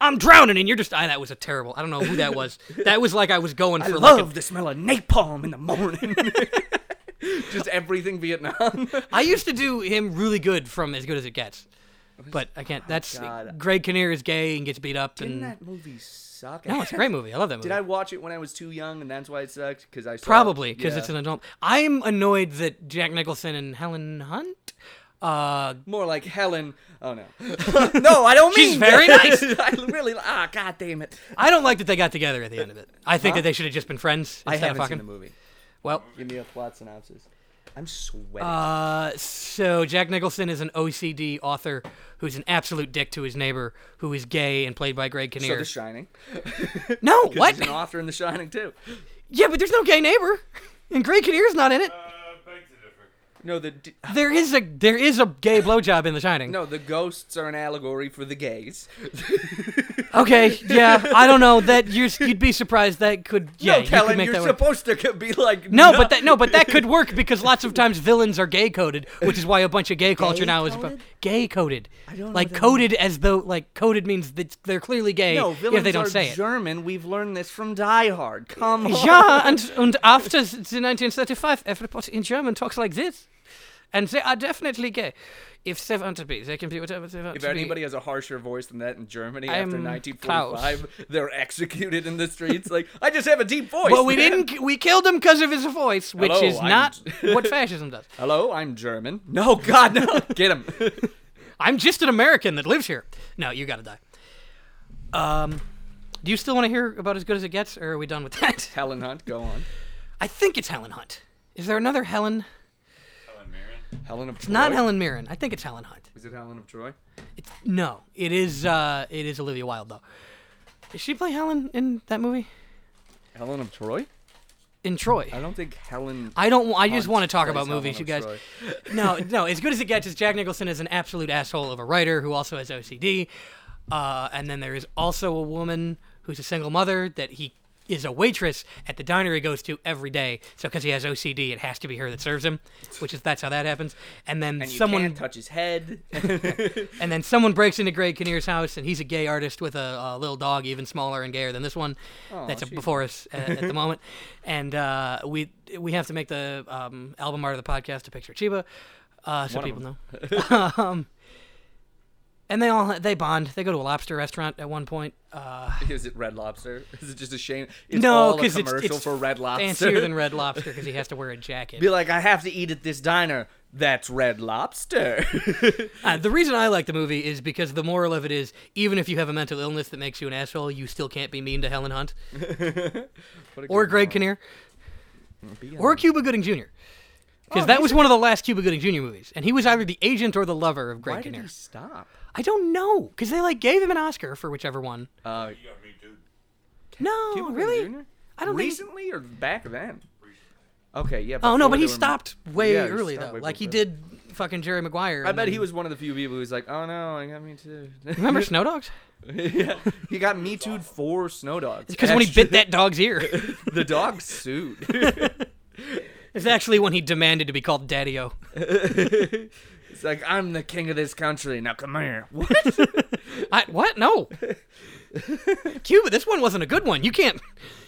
A: I'm drowning, and you're just. Ah, that was a terrible. I don't know who that was. That was like I was going
B: I
A: for like.
B: love
A: a-
B: the smell of napalm in
A: (laughs)
B: the morning. (laughs) Just everything Vietnam. (laughs)
A: I used to do him really good from as good as it gets, but I can't. That's
B: Oh, God.
A: Greg Kinnear is gay and gets beat up,
B: Didn't
A: and
B: that movie suck?
A: Mm. no, it's a great movie. I love that movie.
B: Did I watch it when I was too young, and that's why it sucked? Because I saw it-
A: Probably because
B: Yeah.
A: it's an adult. I'm annoyed that Jack Nicholson and Helen Hunt. Uh,
B: more like Helen.
A: (laughs)
B: Oh no, (laughs) no, I don't mean.
A: She's very
B: that.
A: nice.
B: (laughs) I really. Ah, god damn it.
A: I don't like that they got together at the end of it. I think that they should have just been friends
B: I
A: instead
B: haven't
A: of fucking.
B: seen the movie.
A: Well,
B: Give me a plot synopsis. I'm sweating.
A: uh, so Jack Nicholson is an OCD author who's an absolute dick to his neighbor, who is gay and played by Greg
B: so
A: Kinnear.
B: The Shining.
A: (laughs) no,
B: (laughs) 'Cause
A: what?
B: He's an author in The Shining too.
A: yeah, but there's no gay neighbor, (laughs) and Greg Kinnear's not in it.
E: Uh, beg to differ.
B: No, the d-
A: There is a there is a gay blowjob in The Shining.
B: no, the ghosts are an allegory for the gays. (laughs)
A: Okay, yeah, I don't know that you're, you'd be surprised that could yeah
B: no, Kellen,
A: you could make
B: you're
A: that work.
B: supposed to be like
A: No, but that no, but that could
B: (laughs)
A: work because lots of times villains are gay coded, which is why a bunch of gay culture now is about
B: Gay-coded?
A: gay coded.
B: I don't know
A: like
B: what that
A: coded as though like coded means that they're clearly gay
B: No, villains
A: if they don't
B: are
A: say (laughs)
B: German. We've learned this from Die Hard. Come
A: it.
B: on.
A: Yeah, and and after the 1935, everybody in German talks like this, and they are definitely gay. If they want to be, they can be whatever they want
B: If
A: to
B: anybody
A: be.
B: has a harsher voice than that in Germany after
A: I'm
B: 1945, they're executed in the streets. Like, I just have a deep voice.
A: But we
B: man.
A: didn't. We killed him because of his voice, which
B: Hello,
A: is
B: I'm-
A: not what fascism does.
B: (laughs) Hello, I'm German. No, God, no. (laughs) Get him.
A: I'm just an American that lives here. No, you gotta die. Um, do you still want to hear about as good as it gets, or are we done with that? (laughs)
B: Helen Hunt, go on.
A: I think it's Helen Hunt. Is there another Helen?
E: Helen Mirren.
B: Helen of Troy.
A: Not Helen Mirren. I think it's Helen Hunt.
B: Is it Helen of Troy?
A: It's no. It is. Uh, it is Olivia Wilde though. Did she play Helen in that movie?
B: Helen of Troy?
A: In Troy.
B: I don't think Helen.
A: I don't. I just
B: Hunt
A: want to talk
B: plays
A: about movies,
B: Helen
A: you
B: of
A: guys.
B: Troy.
A: (laughs) no, no. As good as it gets is Jack Nicholson is an absolute asshole of a writer who also has OCD, uh, and then there is also a woman who's a single mother that he is a waitress at the diner he goes to every day. So because he has OCD, it has to be her that serves him, which is that's how that happens. And then
B: And you
A: someone
B: can't touch his head. (laughs)
A: and then someone breaks into Greg Kinnear's house, and he's a gay artist with a, a little dog, even smaller and gayer than this one. that's
B: she's-
A: before us at, at the
B: (laughs)
A: moment. And uh, we we have to make the um, album art of the podcast to picture Chiba, uh, so
B: One of
A: people know.
B: (laughs)
A: um, and they all they bond. They go to a lobster restaurant at one point. Uh,
B: Is it Red Lobster? Is it just a shame? It's
A: no,
B: all a
A: because it's,
B: commercial
A: it's
B: for Red Lobster.
A: fancier
B: (laughs)
A: than Red Lobster because he has to wear a jacket.
B: Be like, I have to eat at this diner. That's Red Lobster. (laughs)
A: Uh, the reason I like the movie is because the moral of it is even if you have a mental illness that makes you an asshole, you still can't be mean to Helen Hunt or
B: Uh,
A: Greg Kinnear or Cuba Gooding Jr. Because
B: Oh,
A: that
B: he's
A: was one of the last Cuba Gooding Jr. movies, and he was either the agent or the lover of Greg
B: Why did
A: Kinnear.
B: he stop?
A: I don't know because they like gave him an Oscar for whichever one.
B: Uh,
E: You got me, dude.
A: No,
B: Cuba Gooding
A: Oh, really?
B: Jr.?
A: I don't think-
B: recently or back then. Okay, yeah.
A: Oh no,
B: before
A: but he
B: they were-
A: stopped way
B: Yeah, he
A: early
B: stopped
A: though.
B: way
A: like he
B: before.
A: did fucking Jerry Maguire.
B: I
A: and
B: bet
A: then-
B: he was one of the few people who's like, oh no, I got me too. (laughs)
A: Remember Snow Dogs?
B: yeah, he got me too for Snow Dogs.
A: Because when he
B: Extra-
A: bit that dog's ear,
B: the dog sued.
A: (laughs) it's actually when he demanded to be called Daddy-O.
B: it's It's like I'm the king of this country. Now come here. (laughs) What?
A: I, what?
B: (laughs)
A: No. Cuba, this one wasn't a good one. You can't,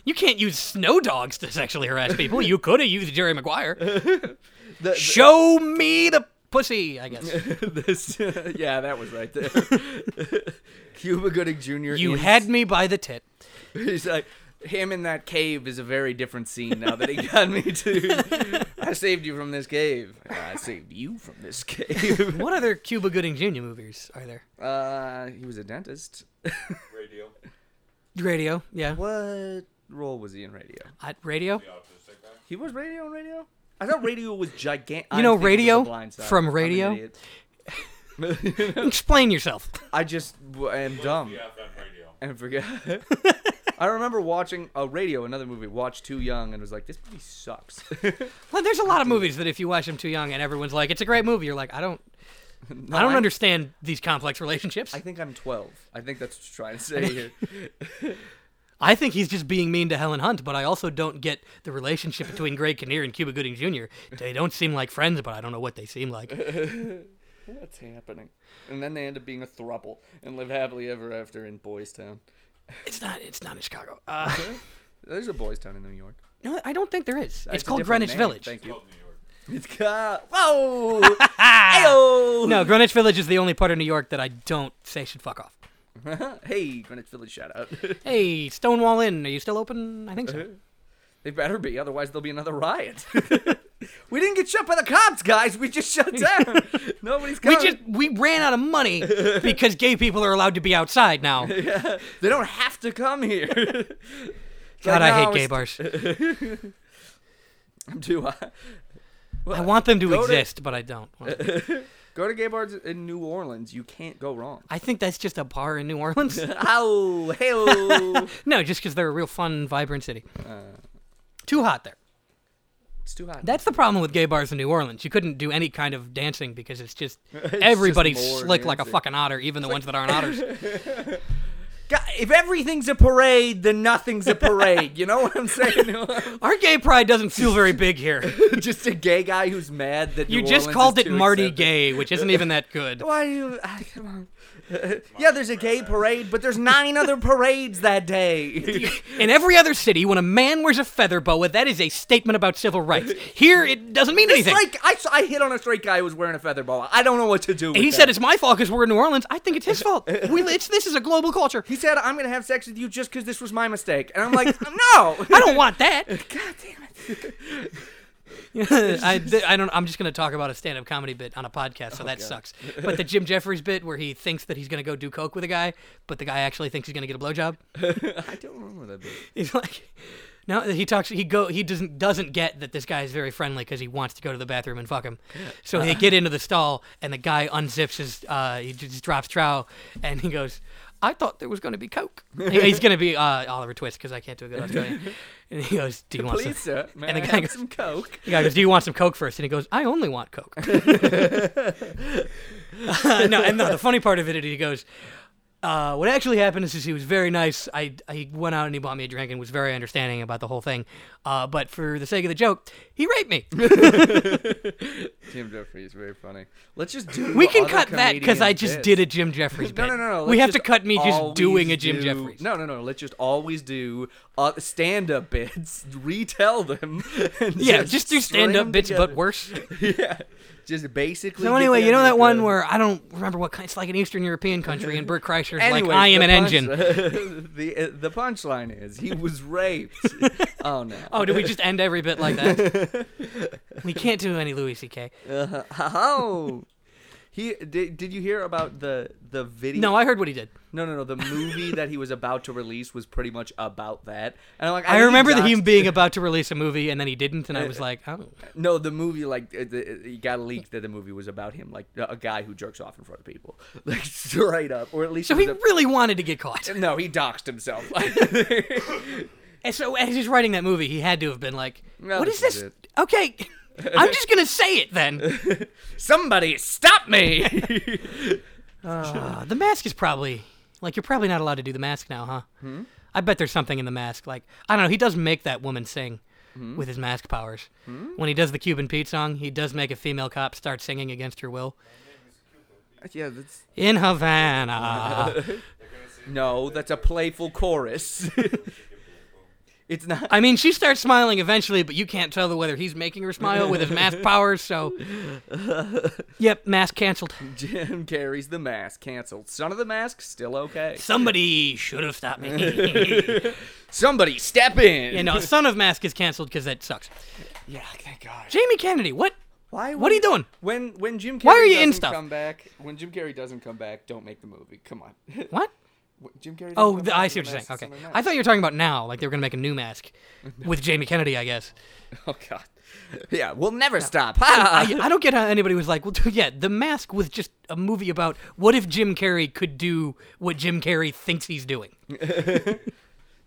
A: you can't use snow dogs to sexually harass people. You could have used Jerry Maguire.
B: (laughs) The- the-
A: Show me the pussy. I
B: (laughs)
A: guess
B: this, yeah, that was right there. (laughs) Cuba Gooding Jr.
A: you
B: is-
A: had me by the tit.
B: (laughs) He's like, him in that cave is a very different scene now (laughs) that he got me to. (laughs) I saved you from this cave. I saved you from this cave. (laughs)
A: What other Cuba Gooding Jr. movies are there?
B: Uh, he was a dentist. (laughs)
E: Radio.
A: Radio, yeah.
B: what role was he in radio?
A: I, radio.
E: The autistic guy.
B: He was radio on radio. I thought radio was gigantic.
A: know Radio from Radio? Explain yourself.
B: (laughs) I just w- am dumb.
E: Yeah, on radio.
B: and forget. (laughs) I remember watching a radio, another movie, Watch Too Young, and was like, this movie sucks. (laughs)
A: Well, there's a lot of movies that if you watch them too young and everyone's like, "It's a great movie," you're like, "I don't, I don't
B: I'm-
A: understand these complex relationships."
B: I
A: I,
B: think I'm 12. I think that's what you're trying to say (laughs) here.
A: think he's just being mean to Helen Hunt, but I also don't get the relationship between Greg Kinnear and Cuba Gooding Jr. They don't seem like friends, but I don't know what they seem (laughs) like.
B: What's happening? And then they end up being a thruple and live happily ever after in Boys Town.
A: It's not. It's not in Chicago.
B: (laughs)
A: Uh,
B: There's a Boys Town in New York.
A: no, I don't think there is. it's
B: a
A: called
B: different
A: Greenwich
B: name,
A: Village.
B: Thank you.
E: Called New York.
B: It's (laughs) called. Whoa! (laughs) Ayo!
A: No, Greenwich Village is the only part of New York that I don't say should fuck off.
B: hey, Greenwich Village shout out. (laughs)
A: Hey, Stonewall Inn, are you still open? I think so.
B: they better be, otherwise there'll be another riot. (laughs) we didn't get shut by the cops, guys. We just (laughs) shut down. Nobody's
A: We
B: coming.
A: just we ran out of (laughs) money because gay people are allowed to be outside now.
B: Yeah, they don't have to come (laughs) here.
A: God, I hate gay
B: gaybars.
A: (laughs) bars.
B: Do I?
A: I want them to
B: Go to-
A: (laughs) exist, but I don't. want them.
B: Go to gay bars in New Orleans. You can't go wrong.
A: I think that's just a bar in New (laughs) Orleans.
B: Ow, hey, oh.
A: no, just because they're a real fun, vibrant city.
B: (laughs) Uh,
A: Too hot there.
B: it's too hot.
A: That's the problem with gay bars in New Orleans. You couldn't do any kind of dancing because it's
B: (laughs)
A: just everybody's
B: more
A: slick like a
B: dancing.
A: fucking otter, even the ones that aren't otters.
B: (laughs) God, if everything's a parade, then nothing's a parade. You know what I'm saying?
A: Our gay pride doesn't feel very big here.
B: (laughs) just a gay guy who's mad that
A: You
B: New
A: just
B: Orleans
A: called
B: is
A: it
B: too
A: Marty
B: accepting.
A: Gay, which isn't even that
B: (laughs)
A: good.
B: Why do you? ah, come on. (laughs) yeah, there's a gay parade, but there's nine other parades that (laughs) day.
A: In every other city, when a man wears a feather boa, that is a statement about civil
B: (laughs)
A: rights. Here, it doesn't mean
B: It's
A: anything.
B: like I, saw- I hit on a straight guy who was wearing a feather boa. I don't know what to do. With
A: he
B: that.
A: said it's my fault because we're in New Orleans. I think it's his
B: (laughs)
A: fault. We, it's this is a global culture.
B: He said, I'm going to have sex with you just because this was my mistake. And I'm (laughs) like, no.
A: I don't want
B: (laughs)
A: that.
B: God damn it.
A: (laughs) I, th- I don't. I'm just going to talk about a stand-up comedy bit on a podcast, so that sucks. But the Jim Jeffries bit where he thinks that he's going to go do coke with a guy, but the guy actually thinks he's going to get a blowjob. (laughs)
B: I don't remember that bit.
A: He's like, no. He talks. He go. He doesn't doesn't get that this guy is very friendly because he wants to go to the bathroom and fuck him. So they get into the stall, and the guy unzips his. Uh, he just drops trow, and he goes. I thought there was going to be coke. He- He's going to be uh, Oliver Twist because I can't do a good Australian. And he goes, "Do you want some?"
B: Please, sir. May
A: and
B: I
A: the guy
B: have
A: goes-
B: some Coke?
A: The guy goes, "Do you want some Coke first? And he goes, "I only want Coke."
B: (laughs)
A: Uh, no, and no, the funny part of it, is he goes, uh, "What actually happened is, is he was very nice. I I went out and he bought me a drink and was very understanding about the whole thing. Uh, but for the sake of the joke, he raped
B: (laughs)
A: me.
B: Jim Jeffries, very funny. Let's just do
A: We can cut that because I just did a Jim Jeffries bit.
B: (laughs) No, no, no, no.
A: We
B: let's
A: have to cut me
B: always
A: just doing a Jim
B: do-
A: Jeffries.
B: No, no, no. Let's just always do uh, stand up bits, (laughs) retell them. (laughs) and
A: yeah, just do
B: string
A: stand up
B: them
A: bits,
B: together.
A: but worse.
B: (laughs) yeah. Just basically.
A: So
B: get
A: anyway,
B: them
A: you know that one
B: good.
A: where I don't remember what kind. It's like an Eastern European country,
B: (laughs)
A: and Bert Kreischer's like,
B: Anyways,
A: "I am
B: the
A: an
B: punch-
A: engine."
B: (laughs) the uh, the punchline is he
A: (laughs)
B: was raped. oh no.
A: Oh, do we just end every bit like that? (laughs) we can't do any Louis C.K.
B: Uh, (laughs) oh. He did, did you hear about the the video?
A: No, I heard what he did.
B: no, no, no. The movie that he was about to release was pretty much about that. And I'm like,
A: I
B: think
A: remember that (laughs) him
B: doxed-
A: being about to release a movie and then he didn't, and I was like, oh,
B: No, the movie like it, it, it got leaked that the movie was about him, like a guy who jerks off in front of people, (laughs) like straight up, or at least.
A: so
B: it
A: he
B: was
A: really wanted to get caught.
B: a- no, he doxed himself. (laughs)
A: And so as he's writing that movie, he had to have been like,
B: No,
A: what
B: this
A: is
B: is
A: this?
B: it.
A: Okay, I'm just gonna say it then.
B: Somebody stop me!
A: Uh, the mask is probably like you're probably not allowed to do the mask now, huh? Hmm? I bet there's something in the mask. Like I don't know. He does make that woman sing. With his mask powers, when he does the Cuban Pete song, he does make a female cop start singing against her will.
B: (laughs) Yeah, that's
A: in Havana.
B: no, that's a playful chorus. (laughs) it's not.
A: I mean, she starts smiling eventually, but you can't tell whether he's making her smile with his mask powers. So, yep, mask canceled.
B: Jim carries the mask. Canceled. Son of the mask. Still okay.
A: Somebody should have stopped me.
B: Somebody step in.
A: you know, Son of Mask is canceled because that sucks.
B: Yeah. Thank God.
A: Jamie Kennedy, what?
B: Why?
A: What are you doing?
B: When when Jim Carrey
A: Why are you in
B: doesn't
A: stuff?
B: come back, when Jim Carrey doesn't come back, don't make the movie. Come on. (laughs)
A: What?
B: When Jim Carrey. doesn't
A: Oh,
B: come
A: the,
B: back,
A: I see what
B: the
A: you're saying.
B: mask
A: Okay,
B: is somebody
A: I thought you were talking about now, like they were gonna make a new mask with Jamie Kennedy, I guess.
B: else. (laughs) Oh God. (laughs) Yeah, we'll never stop. Ha!
A: I, I don't get how anybody was like, well, (laughs) dude, yeah, The Mask was just a movie about what if Jim Carrey could do what Jim Carrey thinks he's doing.
B: (laughs)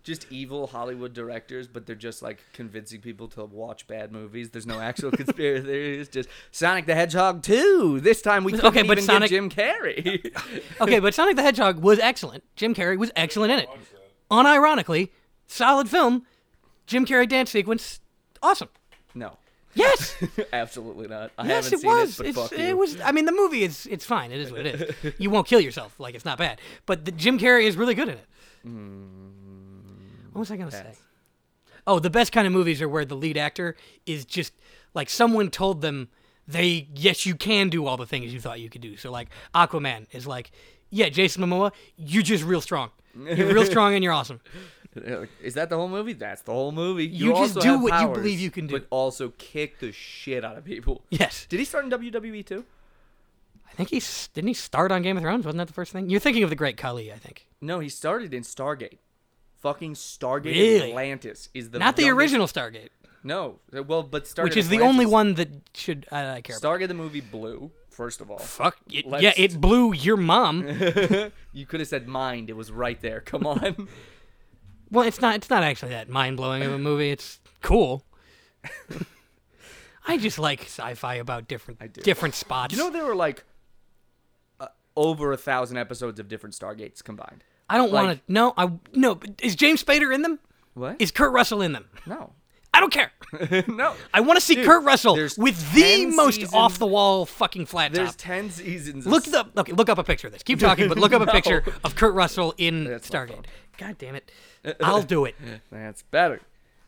B: just evil Hollywood directors, but they're just like convincing people to watch bad movies. There's
A: (laughs)
B: no actual conspiracy. There's just Sonic the Hedgehog 2. This time we couldn't
A: Okay, but
B: even
A: Sonic-
B: get Jim Carrey.
A: (laughs)
B: (laughs)
A: Okay, but Sonic the Hedgehog was excellent. Jim Carrey was excellent in it. Unironically, solid film. Jim Carrey dance sequence, awesome.
B: no, (laughs)
A: Yes,
B: absolutely not. I
A: yes,
B: haven't
A: it
B: seen
A: was.
B: it, but
A: It's-
B: fuck
A: it
B: you.
A: was. I mean, the movie is it's fine. It is what it
B: (laughs)
A: is. You won't kill yourself. Like it's not bad. But the, Jim Carrey is really good at it.
B: Mm.
A: what was I gonna say? Oh, the best kind of movies are where the lead actor is just like someone told them they yes you can do all the things you thought you could do. So like Aquaman is like, yeah, Jason Momoa, you're just real strong. You're real strong and you're
B: (laughs)
A: awesome.
B: Yeah, like, Is that the whole movie? That's the whole movie.
A: You just
B: also
A: do
B: have
A: what you
B: powers,
A: believe you can do.
B: but also kick the shit out of people.
A: Yes,
B: Did he start in WWE too?
A: I think he's didn't he start on Game of Thrones? Wasn't that the first thing? You're thinking of the Great Khali, I think.
B: No, he started in Stargate. Fucking Stargate
A: Really?
B: Atlantis is the
A: Not the
B: youngest-
A: original Stargate,
B: No, uh, well, but Stargate
A: which is the
B: Atlantis-
A: only one that should I, I care. about.
B: Stargate the movie Blue. First of all,
A: Fuck it, yeah,
B: Let's-
A: it blew your
B: (laughs)
A: mom.
B: You could have said mind. It was right
A: (laughs)
B: there. Come on.
A: well, it's not. It's not actually that mind blowing of a movie. It's
B: (laughs)
A: cool. I just like sci-fi about different
B: do.
A: different spots.
B: you know there were like uh, over a thousand episodes of different Stargates combined.
A: I don't
B: like-
A: want to. No, I no. but Is James Spader in them?
B: What?
A: Is Kurt Russell in them?
B: no. (laughs)
A: I don't care.
B: no.
A: I want to see Kurt Russell
B: there's
A: with the
B: 10
A: most
B: seasons-
A: off the wall fucking flat
B: There's
A: top.
B: ten seasons. of
A: Look
B: s-
A: up. Okay, look up a picture of this. Keep talking, but look up a picture
B: (laughs) No.
A: of Kurt Russell in
B: That's my
A: Stargate.
B: phone.
A: God damn
B: (laughs)
A: it! I'll do it.
B: That's better.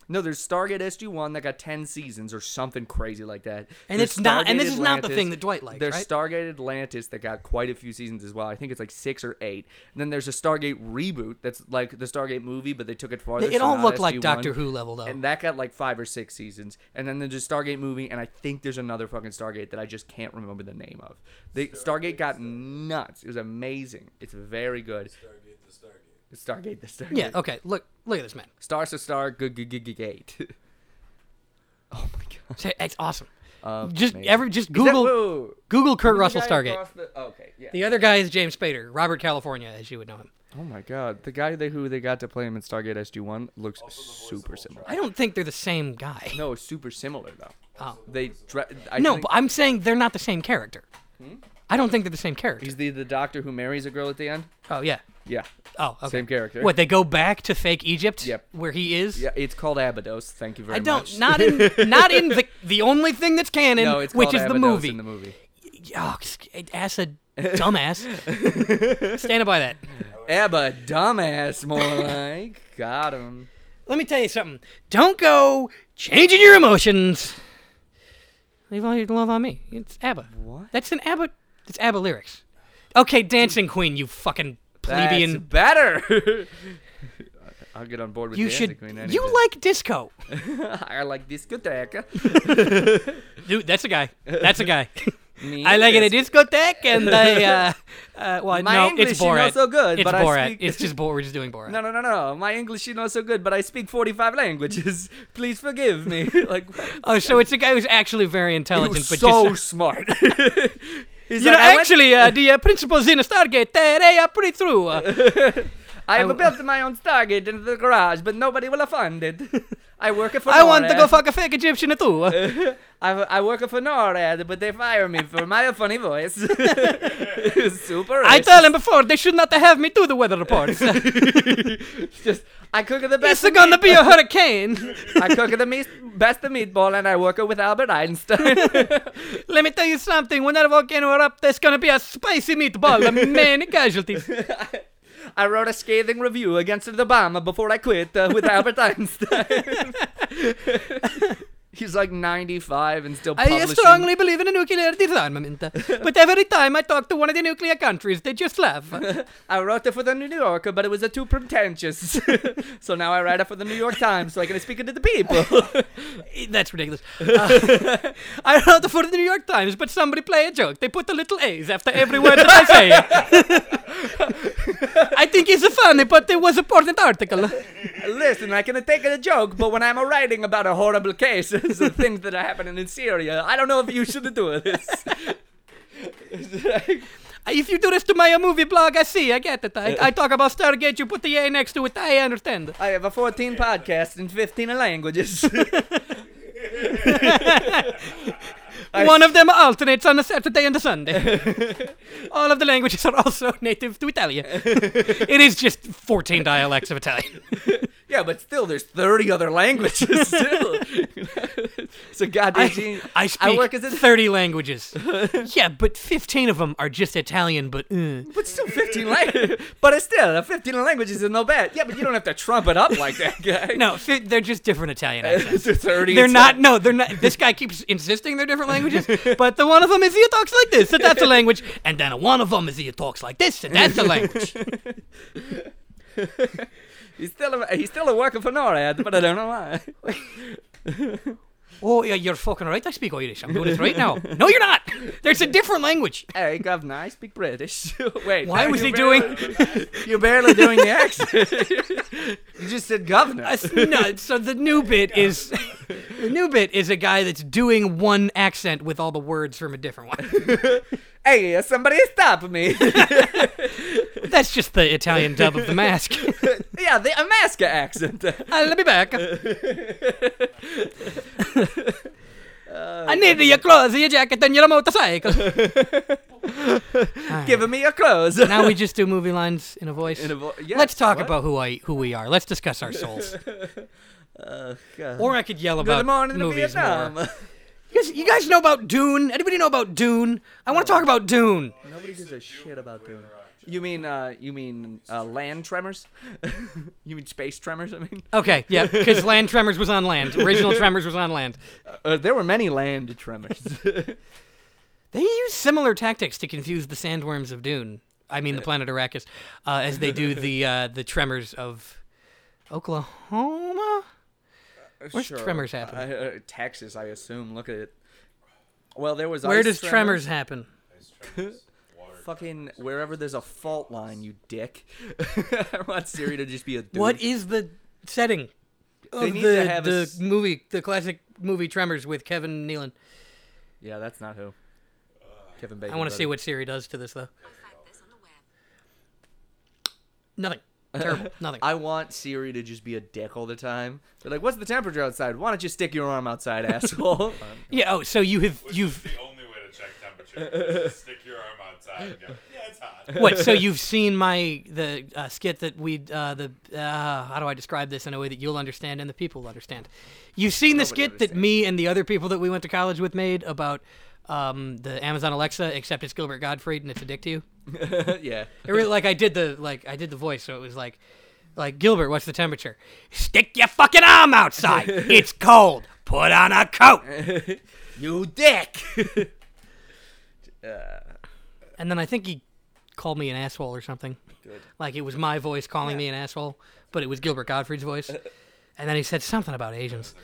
B: No, there's Stargate SG One that got ten seasons or something crazy like that.
A: And
B: There's
A: it's not- and
B: Stargate
A: this is not the
B: Atlantis.
A: thing that Dwight likes,
B: There's
A: right?
B: Stargate Atlantis that got quite a few seasons as well. I think it's like six or eight. And then there's a Stargate reboot that's like the Stargate movie, but they took it farther.
A: It
B: so
A: all
B: now
A: looked like
B: SG-1.
A: Doctor Who level though.
B: And that got like five or six seasons. And then there's a Stargate movie, and I think there's another fucking Stargate that I just can't remember the name of. The Stargate got nuts. It was amazing. It's very good.
E: Stargate the Stargate.
B: Stargate the Stargate.
A: yeah. Okay. Look. Look at this (laughs) man.
B: Star to Star good good good good gate. (laughs) Oh my god.
A: Say- It's awesome.
B: Um,
A: Just
B: amazing.
A: ever. Just
B: Is that-
A: Google.
B: whoa, whoa, whoa.
A: Google Kurt
B: The
A: Russell
B: guy
A: Stargate.
B: across the- oh, okay, yeah.
A: The other guy is James Spader, Robert California, as you would know him.
B: Oh my god. The guy they, who they got to play him in Stargate SG-1 looks super similar.
A: I don't think they're the same guy.
B: No, it's super similar though.
A: Oh.
B: They dre- I
A: No,
B: think
A: but I'm saying they're not the same character. I don't think they're the same character.
B: Hmm? he's the the doctor who marries a girl at the end.
A: Oh yeah.
B: Yeah.
A: Oh. Okay.
B: Same character.
A: What? They go back to fake Egypt.
B: Yep.
A: Where he is.
B: Yeah, it's called Abydos. Thank you very
A: I
B: much.
A: don't. Not
B: (laughs)
A: in. Not in the the only thing that's canon,
B: no, it's
A: which
B: called
A: is the
B: Abydos
A: movie.
B: in the movie.
A: Oh, ass a
B: (laughs)
A: dumbass. Stand by that.
B: Abba dumbass more like. Got him.
A: Let me tell you something. Don't go changing your emotions. Leave all your love on me. It's ABBA.
B: What?
A: That's an ABBA. It's ABBA lyrics. Okay, Dancing Queen, you fucking
B: That's
A: plebeian.
B: better. (laughs) I'll get on board with
A: You
B: Dancing
A: should.
B: Queen any
A: you
B: day.
A: like disco,
B: (laughs) I like discotheque.
A: (laughs) dude. That's a guy. That's a
B: (laughs)
A: guy. (laughs)
B: Me
A: I like it at
B: disc-
A: discotheque, and I.
B: (laughs)
A: Uh, uh, well,
B: My
A: no,
B: English,
A: it's
B: you know,
A: Borat.
B: so good,
A: it's
B: but I
A: Borat.
B: speak-
A: It's just Borat. We're just doing Borat.
B: (laughs) No, no, no, no. My English is not so good, but I speak 45 languages. (laughs) Please forgive me. (laughs) like,
A: Oh, so it's a guy who's actually very
B: he
A: intelligent,
B: was
A: but
B: so
A: just
B: smart. (laughs) He's
A: You know,
B: like, I went-
A: actually, uh, the uh, principals in Stargate, uh, they are pretty true. Uh,
B: (laughs) I I have
A: w-
B: built my own Stargate into the garage, but nobody will have fund it. (laughs) I work for.
A: I want to go
B: NORAD.
A: fuck a fake Egyptian too.
B: Uh, (laughs) I, I work for NORAD, but they fire me for my funny
A: (laughs)
B: voice. (laughs) Super.
A: I
B: racist.
A: tell them before they should not have me do the weather
B: (laughs)
A: reports. (laughs)
B: Just I cook the
A: it's
B: best. of
A: gonna
B: meat-
A: be a hurricane.
B: I cook the meat, best of meatball, and I work with Albert Einstein.
A: (laughs) Let me tell you something. When that volcano erupts, there's gonna be a spicy meatball and many casualties.
B: I wrote a scathing review against the bomb before I quit uh,
A: (laughs)
B: with Albert Einstein. (laughs) He's like 95 and still
A: I
B: publishing.
A: strongly believe in a nuclear disarmament, but every time I talk to one of the nuclear countries, they just laugh.
B: I wrote it for the New Yorker, but it was uh, too pretentious. (laughs) so now I write it for the New York Times so I can speak it to the
A: (laughs)
B: people.
A: Eh, That's ridiculous. Uh, (laughs) I wrote for the New York Times, but somebody play a joke. They put the little A's after every word that I say. I think it's funny, but it was important article.
B: Listen, I can take it a joke, but when I'm writing about a horrible case (laughs) and things that are happening in Syria, I don't know if you should do this.
A: If you do this to my uh, movie blog, I see, I get it. I, I talk about Stargate, you put the A next to it, I understand.
B: I have a 14 podcasts in
A: (laughs)
B: 15 languages. I
A: One of them alternates on a Saturday and a Sunday. (laughs) All of the languages are also (laughs) native to Italian. it is just 14 dialects of Italian.
B: Yeah, but still, there's 30
A: (laughs)
B: other languages still. it's a goddamn
A: I,
B: genius.
A: I speak
B: work as a-
A: 30 languages. yeah, but 15 of them are just Italian, but (laughs) uh.
B: But still, 15 languages. But it's still, 15 languages is no bad. Yeah, but you don't have to trump it up like that, guy.
A: (laughs)
B: (laughs)
A: No, fi- they're just different Italian accents.
B: It's a 30
A: They're
B: it's
A: not. No, they're not. This guy keeps insisting they're different languages, (laughs) but the one of them is he talks like this, so that's a language, and then one of them is he talks like this, and that's a language.
B: He's still a, he's still a worker for NORAD, but I don't know why.
A: (laughs)
B: (laughs)
A: oh, yeah, you're fucking right. I speak Irish. I'm doing this right now. No, you're not. There's a different language.
B: hey, governor, I speak British. (laughs) Wait,
A: Why
B: no,
A: was
B: you
A: he
B: barely-
A: doing?
B: (laughs) You're barely doing the accent.
A: (laughs)
B: you just said governor.
A: Uh, no, so the new (laughs) bit is the new bit is a guy that's doing one accent with all the words from a different one. (laughs)
B: hey, uh, somebody stop me. (laughs)
A: That's just the Italian dub of the (laughs) mask.
B: yeah, the
A: (laughs)
B: Amaska accent.
A: I'll be back. I need your clothes, your jacket, and your (laughs) motorcycle.
B: Giving me your clothes.
A: now we just do movie lines in a voice.
B: In a vo- yeah,
A: Let's talk
B: what?
A: about who I who we are. Let's discuss our
B: (laughs)
A: souls.
B: Oh, God.
A: Or I could yell about
B: Good morning to
A: movies
B: Vietnam.
A: more. You guys, you guys know about Dune? Anybody know about Dune? I want to talk about Dune.
B: Nobody gives a shit about doing. You mean uh, you mean uh, land tremors? (laughs) you mean space tremors? I mean,
A: Okay,
B: (laughs)
A: yeah, because Land Tremors was on land. Original Tremors was on land.
B: uh, there were many land
A: (laughs)
B: (laughs) tremors.
A: They use similar tactics to confuse the sandworms of Dune. I mean, the planet Arrakis, uh, as they do the uh, the tremors of
B: (laughs)
A: Oklahoma. Where's tremors happening?
B: I- uh, Texas, I assume. Look at it. Well, there was.
A: Where
B: ice
A: does tremors happen?
E: Ice
B: (laughs)
E: tremors. Water.
B: Fucking wherever there's a fault line, you dick. (laughs) I want Siri to just be a dude.
A: What is the setting of
B: They need
A: the,
B: to have a
A: the
B: s-
A: movie, the classic movie Tremors with Kevin Nealon?
B: Yeah, that's not who. Kevin Bacon.
A: I want to see what Siri does to this though.
B: (laughs)
A: Nothing. Terrible. Nothing.
B: I want Siri to just be a dick all the time. They're like, "What's the temperature outside? Why don't you stick your arm outside, asshole?"
A: yeah. Oh, so you have
E: Which is
A: you've
E: the only way to check temperature. Just stick your arm outside. And go, yeah, it's
B: (laughs)
E: hot.
A: what? So you've seen my the uh, skit that we uh, the uh, how do I describe this in a way that you'll understand and the people will understand? You've seen the skit that me and the other people that we went to college with made about um, the Amazon Alexa, except it's Gilbert Gottfried and it's a dick to you.
B: (laughs) yeah.
A: It really like I did the like I did the voice, so it was like like Gilbert, what's the temperature? Stick your fucking arm outside. it's cold. Put on a coat.
B: You dick. (laughs) Uh,
A: And then I think he called me an asshole or something. Like it was my voice calling me an asshole, but it was Gilbert Gottfried's voice. And then he said something about Asians.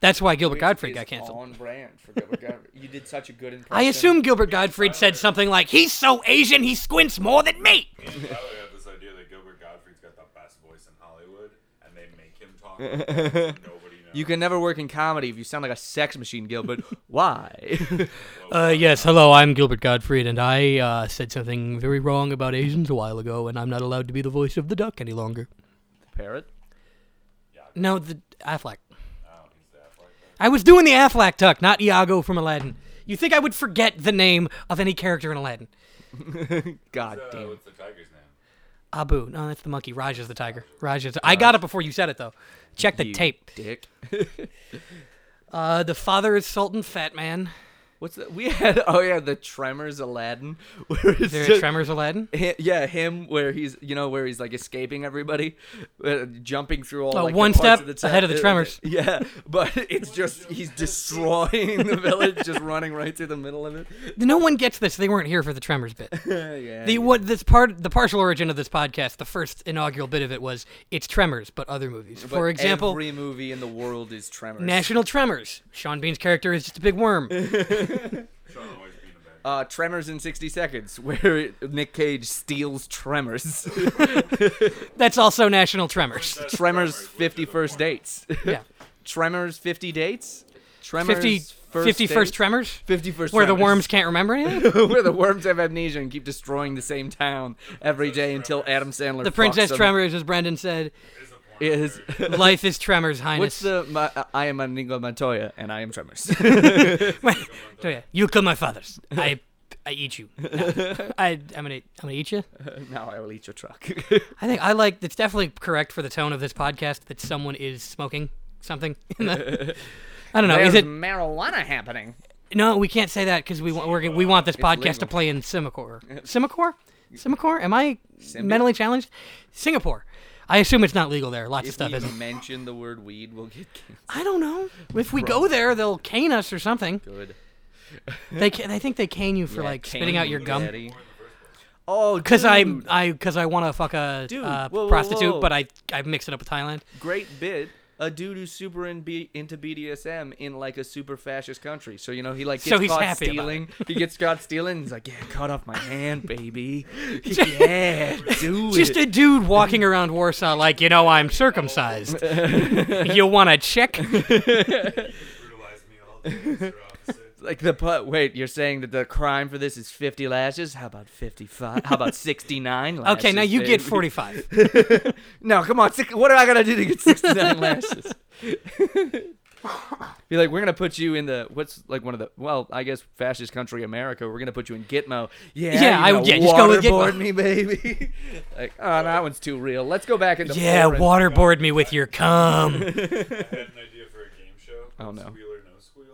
A: That's why Gilbert Gottfried got canceled.
B: On brand for Gilbert Gottfried. You did such a good
A: I
B: impression.
A: assume Gilbert Gottfried said something like, "He's so Asian, he squints more than me." (laughs)
E: Tyler had
A: (laughs)
E: this idea that Gilbert Gottfried's got the best voice in Hollywood, and they make him talk. Like that, and nobody
B: You can never work in comedy if you sound like a sex machine, Gil. But why? (laughs)
A: Uh, yes, hello, I'm Gilbert Gottfried, and I uh, said something very wrong about Asians a while ago, and I'm not allowed to be the voice of the duck any longer.
B: Parrot.
A: No, the Affleck.
E: Oh, he's that like that.
A: I was doing the Affleck duck, not Iago from Aladdin. You think I would forget the name of any character in Aladdin?
B: God
E: So, uh,
B: damn.
E: what's the tiger's name?
A: Abu. No, that's the monkey. Raj is the tiger. Raj is. I got it before you said it, though. Check the
B: you
A: tape.
B: Dick.
A: Uh, the father is Sultan Fat Man.
B: What's that? We (laughs) had oh yeah, the Tremors Aladdin. (laughs) Where it's
A: There
B: just-
A: Tremors Aladdin.
B: hi- yeah, him where he's you know where he's like escaping everybody, uh, jumping through all
A: Oh,
B: like, the
A: one
B: parts
A: step
B: of the town-
A: ahead of the
B: uh,
A: Tremors.
B: (laughs) Yeah, but it's just he's destroying the village, just running right through the middle of it. (laughs)
A: No one gets this. They weren't here for the Tremors bit.
B: yeah,
A: The what this part the partial origin of this podcast, the first inaugural bit of it was it's Tremors, but other movies.
B: But
A: For example,
B: every movie in the world is Tremors.
A: National Tremors. Sean Bean's character is just a big
B: (laughs)
A: worm.
E: Sean always being a bad
B: uh, Tremors in 60 Seconds, (laughs) where it, Nick Cage steals Tremors. (laughs)
A: That's also National Tremors.
E: That's
B: Tremors
E: Tremors, which is a
B: 51st
E: porno.
B: Dates. (laughs)
A: Yeah.
B: Tremors 50 Dates? Tremors
A: 50
B: first
A: 51st
B: dates?
A: Tremors
B: 51st
A: where the
B: Tremors.
A: worms can't remember anything.
B: (laughs)
A: (laughs)
B: where the worms have amnesia and keep destroying the same town every day until Adam Sandler
A: The
B: fucks
A: Princess
B: them.
A: Tremors as Brendan said,
E: Is a
A: (laughs)
E: porno
B: is
E: nerd.
A: life is Tremors highness.
B: What's the my, I am Inigo Montoya and I am
A: (laughs)
B: Tremors. (laughs)
A: So, yeah, you kill my fathers.
B: (laughs)
A: I I eat you. No. I I'm gonna I'm gonna eat you.
B: now I will eat
A: (laughs)
B: your truck.
A: I think I like. It's definitely correct for the tone of this podcast that someone is smoking something. (laughs) in the- I don't know.
B: There's
A: Is it?
B: marijuana happening?
A: No, we can't say that because we want we're, gonna- we want this podcast to
B: legal.
A: play in
B: (laughs)
A: Singapore. Singapore? Singapore? Am I
B: Simbi-
A: mentally challenged? Singapore. I assume it's not legal there. Lots of
B: If
A: stuff
B: you
A: isn't.
B: mention the word weed, we'll get (laughs) canceled.
A: I don't know. If we go there, they'll cane us or something.
B: Good.
A: They ca- they think they cane you for
B: Yeah,
A: like
B: cane
A: spitting out your
B: you
A: gum.
B: daddy. Oh,
A: Because I
B: dude,
A: I because I want to fuck a
B: Dude,
A: uh,
B: whoa, whoa,
A: prostitute,
B: whoa.
A: but I I mix it up with Thailand.
B: great bit. A dude who's super in B- into BDSM in like a super fascist country. So you know he like
A: So
B: gets
A: he's
B: caught
A: happy about
B: stealing. He gets caught stealing. He's like, yeah, cut off my hand,
A: (laughs)
B: baby. yeah, do
A: Just
B: it.
A: a dude walking around Warsaw, like, you know, I'm
B: (laughs)
A: circumcised. you want to check?
E: brutalized me all the way through opposite.
B: like the put. Wait, you're saying that the crime for this is 50 lashes? How about 55? How about 69 lashes?
A: Okay, now you get
B: baby? (laughs)
A: 45.
B: No, come on. Six, what am I gonna do to get 69 lashes? (laughs) Be like, we're gonna put you in the what's like one of the well, I guess fascist country America. We're gonna put you in Gitmo. Yeah,
A: Yeah, I
B: you
A: would-
B: gonna
A: yeah, just go with
B: waterboard
A: Gitmo.
B: me, baby. (laughs) like, oh, that one's too real. Let's go back into
A: Yeah,
B: foreign-
A: waterboard me with your cum.
E: I had an idea for a game show.
B: Oh, no.
E: Squeal or no squeal.